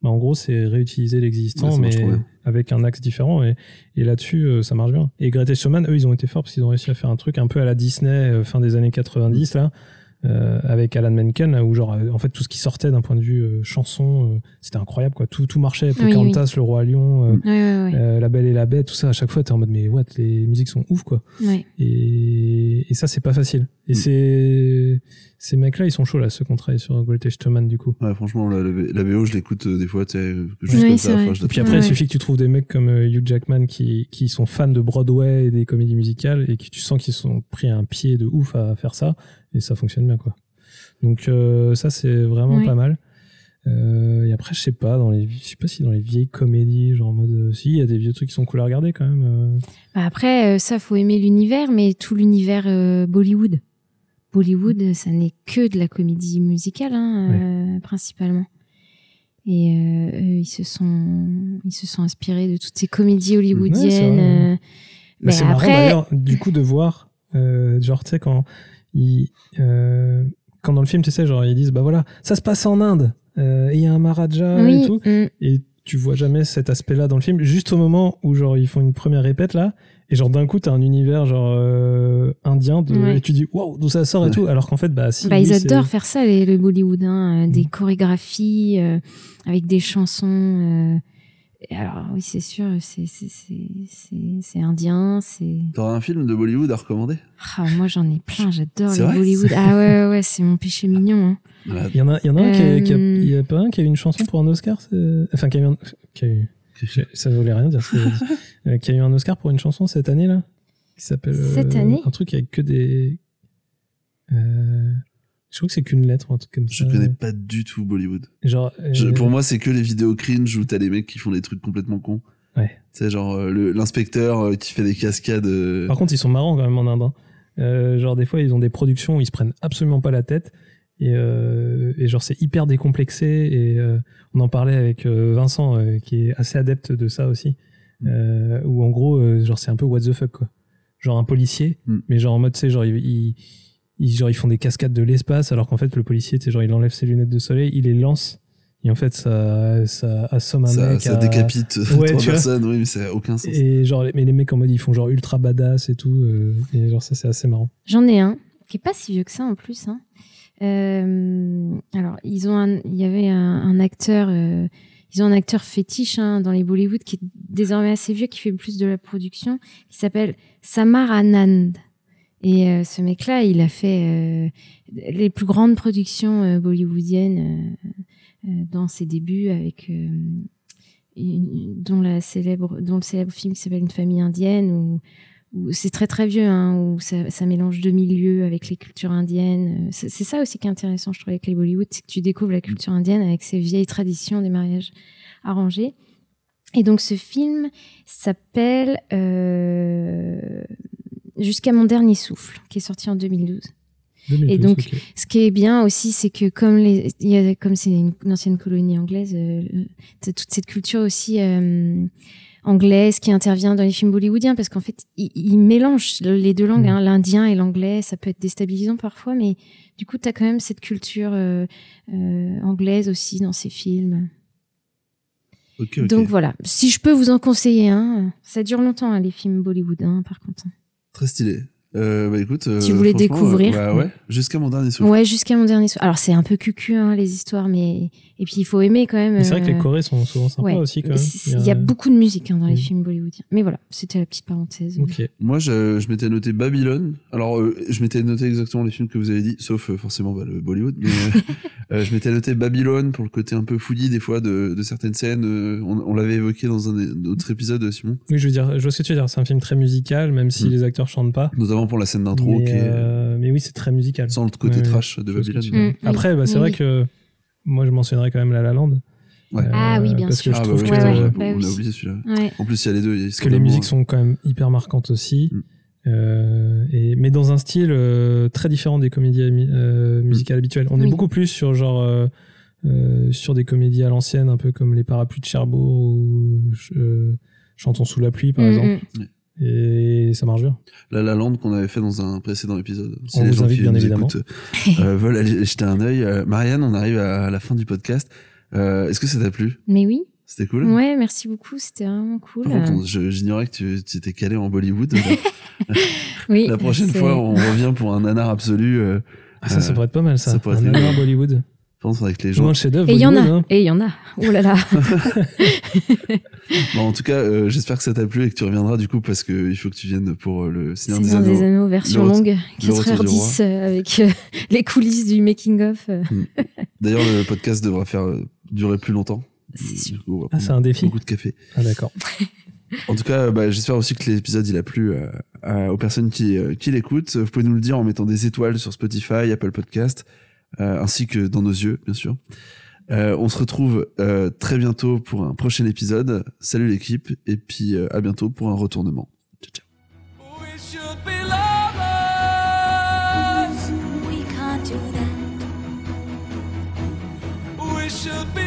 S3: Bah, en gros, c'est réutiliser
S2: Ouais,
S3: l'existant,
S2: ça marche
S3: mais
S2: trop bien.
S3: avec un axe différent. Et, et là-dessus, euh, ça marche bien. Et Greatest Showman, eux, ils ont été forts parce qu'ils ont réussi à faire un truc un peu à la Disney, euh, fin des années 90, là, euh, avec Alan Menken, là, où, genre, euh, en fait, tout ce qui sortait d'un point de vue euh, chanson, euh, c'était incroyable, quoi. Tout, tout marchait.
S4: Oui,
S3: Pocahontas, Le Roi Lion, euh,
S2: Mm.
S4: Ouais, ouais, ouais.
S3: euh, La Belle et la Bête, tout ça, à chaque fois, t'es en mode, mais what, les musiques sont ouf, quoi.
S4: Ouais.
S3: Et, et ça, c'est pas facile. Et
S2: Mm.
S3: c'est ces mecs-là, ils sont chauds, là, ceux qu'on travaille sur Greatest Showman, du coup.
S2: Ouais, franchement, la, la- la BO, je l'écoute euh, des fois, tu sais, euh, juste
S4: Oui,
S2: comme
S4: c'est
S2: ça.
S4: vrai.
S2: enfin, je la
S3: Et puis
S2: trouve-
S3: après,
S4: Ouais.
S3: il suffit que tu trouves des mecs comme euh, Hugh Jackman qui, qui sont fans de Broadway et des comédies musicales et que tu sens qu'ils sont pris un pied de ouf à faire ça et ça fonctionne bien quoi. Donc euh, ça c'est vraiment
S4: Ouais.
S3: pas mal. Euh, et après, je sais pas, dans les, je sais pas si dans les vieilles comédies, genre en mode, euh, si il y a des vieux trucs qui sont cool à regarder quand même. euh.
S4: Bah après, euh, ça, faut aimer l'univers, mais tout l'univers euh, Bollywood. Bollywood, ça n'est que de la comédie musicale, hein, euh, principalement. Et euh, eux, ils se sont, ils se sont inspirés de toutes ces comédies hollywoodiennes.
S3: vrai.
S4: euh,
S3: Bah,
S4: mais
S3: c'est marrant
S4: après,
S3: d'ailleurs, du coup, de voir, euh, genre, tu sais, quand, ils, euh, quand dans le film, tu sais, genre, ils disent, bah voilà, ça se passe en Inde, euh, et il y a un Maharaja et
S4: oui,
S3: tout.
S4: mm,
S3: et tu vois jamais cet aspect-là dans le film. Juste au moment où genre ils font une première répète là, et genre d'un coup t'as un univers genre euh, indien de-
S4: Ouais.
S3: et tu dis waouh d'où ça sort et tout, alors qu'en fait bah si
S4: bah,
S3: oui,
S4: ils
S3: c'est-
S4: adorent faire ça, les, le Bollywood, hein, euh, des
S3: Mm.
S4: chorégraphies euh, avec des chansons. euh, et alors oui, c'est sûr, c'est c'est- c'est c'est- c'est indien, c'est
S2: T'auras un film de Bollywood à recommander
S4: Ah, moi j'en ai plein, j'adore
S2: C'est
S4: les
S2: vrai
S4: Bollywood. Ah ouais, ouais, ouais, c'est mon péché mignon. hein.
S2: Voilà.
S3: Il y en a, il y en a un qui a, qui a-
S4: Euh,
S3: il y a pas un qui a eu une chanson pour un Oscar, c'est- enfin qui a eu, un- qui a eu- j'ai- ça voulait rien dire, ce que j'ai dit. Euh, qui a eu un Oscar pour une chanson cette année là, qui s'appelle euh,
S4: Cette année
S3: un truc avec que des, euh, je crois que c'est qu'une lettre ou un truc comme
S2: Je
S3: ça.
S2: connais pas du tout Bollywood.
S3: Genre,
S2: Je-
S3: euh,
S2: pour moi, c'est que les vidéos cringe où t'as les mecs qui font des trucs complètement cons.
S3: Ouais.
S2: Tu sais, genre euh, le- l'inspecteur euh, qui fait des cascades. euh,
S3: Par contre, ils sont marrants quand même en Inde. hein. Euh, genre, des fois, ils ont des productions où ils se prennent absolument pas la tête. Et, euh, et genre, c'est hyper décomplexé. Et euh, on en parlait avec euh, Vincent, euh, qui est assez adepte de ça aussi.
S2: Mm.
S3: Euh, où en gros, euh, genre, c'est un peu what the fuck, quoi. Genre, un policier,
S2: Mm.
S3: mais genre en mode, tu sais, genre, ils. ils- ils- genre, ils font des cascades de l'espace alors qu'en fait le policier tu sais, genre il enlève ses lunettes de soleil il les lance et en fait ça, ça assomme un
S2: ça,
S3: mec
S2: ça
S3: à-
S2: décapite euh,
S3: Ouais,
S2: trois
S3: tu vois.
S2: personnes, oui, mais ça a aucun sens.
S3: et genre les- mais les mecs en mode ils font genre ultra badass et tout euh, et genre ça c'est assez marrant
S4: J'en ai un qui est pas si vieux que ça en plus. hein. Euh, alors ils ont, un- il y avait un, un acteur, euh, ils ont un acteur fétiche hein, dans les Bollywood qui est désormais assez vieux, qui fait plus de la production, qui s'appelle Samar Anand. Et euh, ce mec-là, il a fait euh, les plus grandes productions euh, bollywoodiennes euh, euh, dans ses débuts, avec euh, une- dont la célèbre, dont le célèbre film qui s'appelle Une famille indienne ou où c'est très très vieux, hein, où ça, ça mélange deux milieux avec les cultures indiennes. Euh, C'est c'est ça aussi qui est intéressant, je trouve, avec les Bollywood, c'est que tu découvres la culture indienne avec ses vieilles traditions des mariages arrangés. Et donc ce film s'appelle euh, Jusqu'à mon dernier souffle, qui est sorti en 2012.
S3: 2012,
S4: Et donc,
S3: ok.
S4: Ce qui est bien aussi, c'est que comme les, il y a- comme c'est une, une ancienne colonie anglaise, euh, t'as toute cette culture aussi euh, anglaise qui intervient dans les films bollywoodiens parce qu'en fait, ils ils mélangent le- les deux langues,
S3: Mhm.
S4: hein, l'indien et l'anglais. Ça peut être déstabilisant parfois, mais du coup, tu as quand même cette culture euh, euh, anglaise aussi dans ces films.
S2: Ok, ok.
S4: Donc voilà, si je peux vous en conseiller un, euh, ça dure longtemps hein, les films bollywoodiens par contre.
S2: Très stylé. Euh, bah écoute. euh,
S4: Tu voulais
S2: franchement,
S4: découvrir.
S2: euh, bah ouais, jusqu'à mon dernier souffle.
S4: Ouais, jusqu'à mon dernier soir. Alors c'est un peu cucu hein, les histoires, mais et puis il faut aimer quand même.
S3: Mais C'est vrai que les
S4: euh,
S3: Corées sont souvent sympas
S4: ouais.
S3: aussi, quand même.
S4: C'est- Il y a beaucoup de musique hein, dans les
S3: Mm.
S4: films bollywoodiens. Mais voilà, c'était la petite parenthèse.
S3: Ok.
S2: Moi, je, je m'étais noté Babylone. Alors, euh, je m'étais noté exactement les films que vous avez dit, sauf euh, forcément bah, le Bollywood. Mais, euh, euh, je m'étais noté Babylone pour le côté un peu fouillis des fois de, de certaines scènes. Euh, on on l'avait évoqué dans un des- autre épisode, Simon,
S3: Oui, je veux dire, je vois ce que tu veux dire. C'est un film très musical, même si
S2: Mm.
S3: les acteurs chantent pas.
S2: notamment pour la scène d'intro
S3: mais,
S2: qui est
S3: euh, mais oui, c'est très musical.
S2: sans le côté
S3: Ouais,
S2: trash de
S3: je vois ce que
S2: Babylone.
S3: tu veux dire.
S4: Mm,
S3: Après,
S4: oui,
S3: bah, c'est
S4: oui,
S3: vrai
S4: oui.
S3: que moi, je mentionnerais quand même La La Land. Euh,
S2: Ouais.
S4: Ah oui, bien
S3: parce
S4: sûr.
S3: que je trouve
S4: ouais,
S3: que,
S4: ouais,
S3: euh,
S4: ouais.
S2: on,
S4: bah
S2: on
S4: oui.
S2: a oublié celui-là.
S4: Ouais.
S2: En plus, il y a les deux. il y a-
S3: parce que les
S2: Scandamore.
S3: musiques sont quand même hyper marquantes aussi.
S2: Mm.
S3: Euh, et, mais dans un style euh, très différent des comédies ami- euh,
S2: Mm.
S3: musicales habituelles. On est
S4: Oui.
S3: beaucoup plus sur genre euh, euh, sur des comédies à l'ancienne, un peu comme les parapluies de Cherbourg ou ch- euh, Chantons sous la pluie par
S4: Mm,
S3: exemple.
S4: mm.
S3: Et ça marche bien.
S2: La La Land qu'on avait fait dans un précédent épisode. Si
S3: On
S2: les
S3: vous
S2: gens
S3: invite,
S2: qui
S3: bien
S2: nous
S3: évidemment.
S2: écoutent, euh, veulent aller jeter un œil. euh, Marianne, on arrive à la fin du podcast. Euh, Est-ce que ça t'a plu
S4: Mais oui.
S2: C'était cool
S4: Ouais, merci beaucoup. C'était vraiment cool.
S2: Mm. Par contre, on- je- j'ignorais que tu tu t'étais calé en Bollywood.
S4: oui,
S2: la prochaine
S4: c'est-
S2: fois, on revient pour un nanar absolu. euh,
S3: Ah, ça, ça
S2: Euh,
S3: pourrait être pas mal ça.
S2: ça pourrait
S3: un
S2: être pas mal.
S3: nanar Bollywood.
S2: je pense avec les
S3: Ou
S2: gens.
S3: un chef-d'œuvre.
S4: Et il y en a.
S3: Bollywood, hein.
S4: Et il y en a. Oh là là.
S2: Bon, en tout cas, euh, j'espère que ça t'a plu et que tu reviendras du coup parce que il faut que tu viennes pour euh, le Seigneur des
S4: Seigneur
S2: Anneaux.
S4: des Anneaux, version
S2: Le ret-
S4: longue,
S2: le retour du
S4: 4h10 euh, avec euh, les coulisses du making-of. euh,
S2: D'ailleurs, le podcast devra faire euh, durer plus longtemps. Euh,
S4: C'est sûr.
S2: Du coup, on va
S3: Ah,
S2: prendre
S3: c'est un défi.
S2: beaucoup de café.
S3: Ah, d'accord.
S2: En tout cas, euh, bah, j'espère aussi que l'épisode il a plu euh, à- aux personnes qui, euh, qui l'écoutent. Vous pouvez nous le dire en mettant des étoiles sur Spotify, Apple Podcast, euh, ainsi que dans nos yeux, bien sûr. Euh, on se retrouve euh, très bientôt pour un prochain épisode. Salut l'équipe, et puis euh, à bientôt pour un retournement. Ciao, ciao.
S5: We should be lovers.
S1: We can't do that.
S5: We should be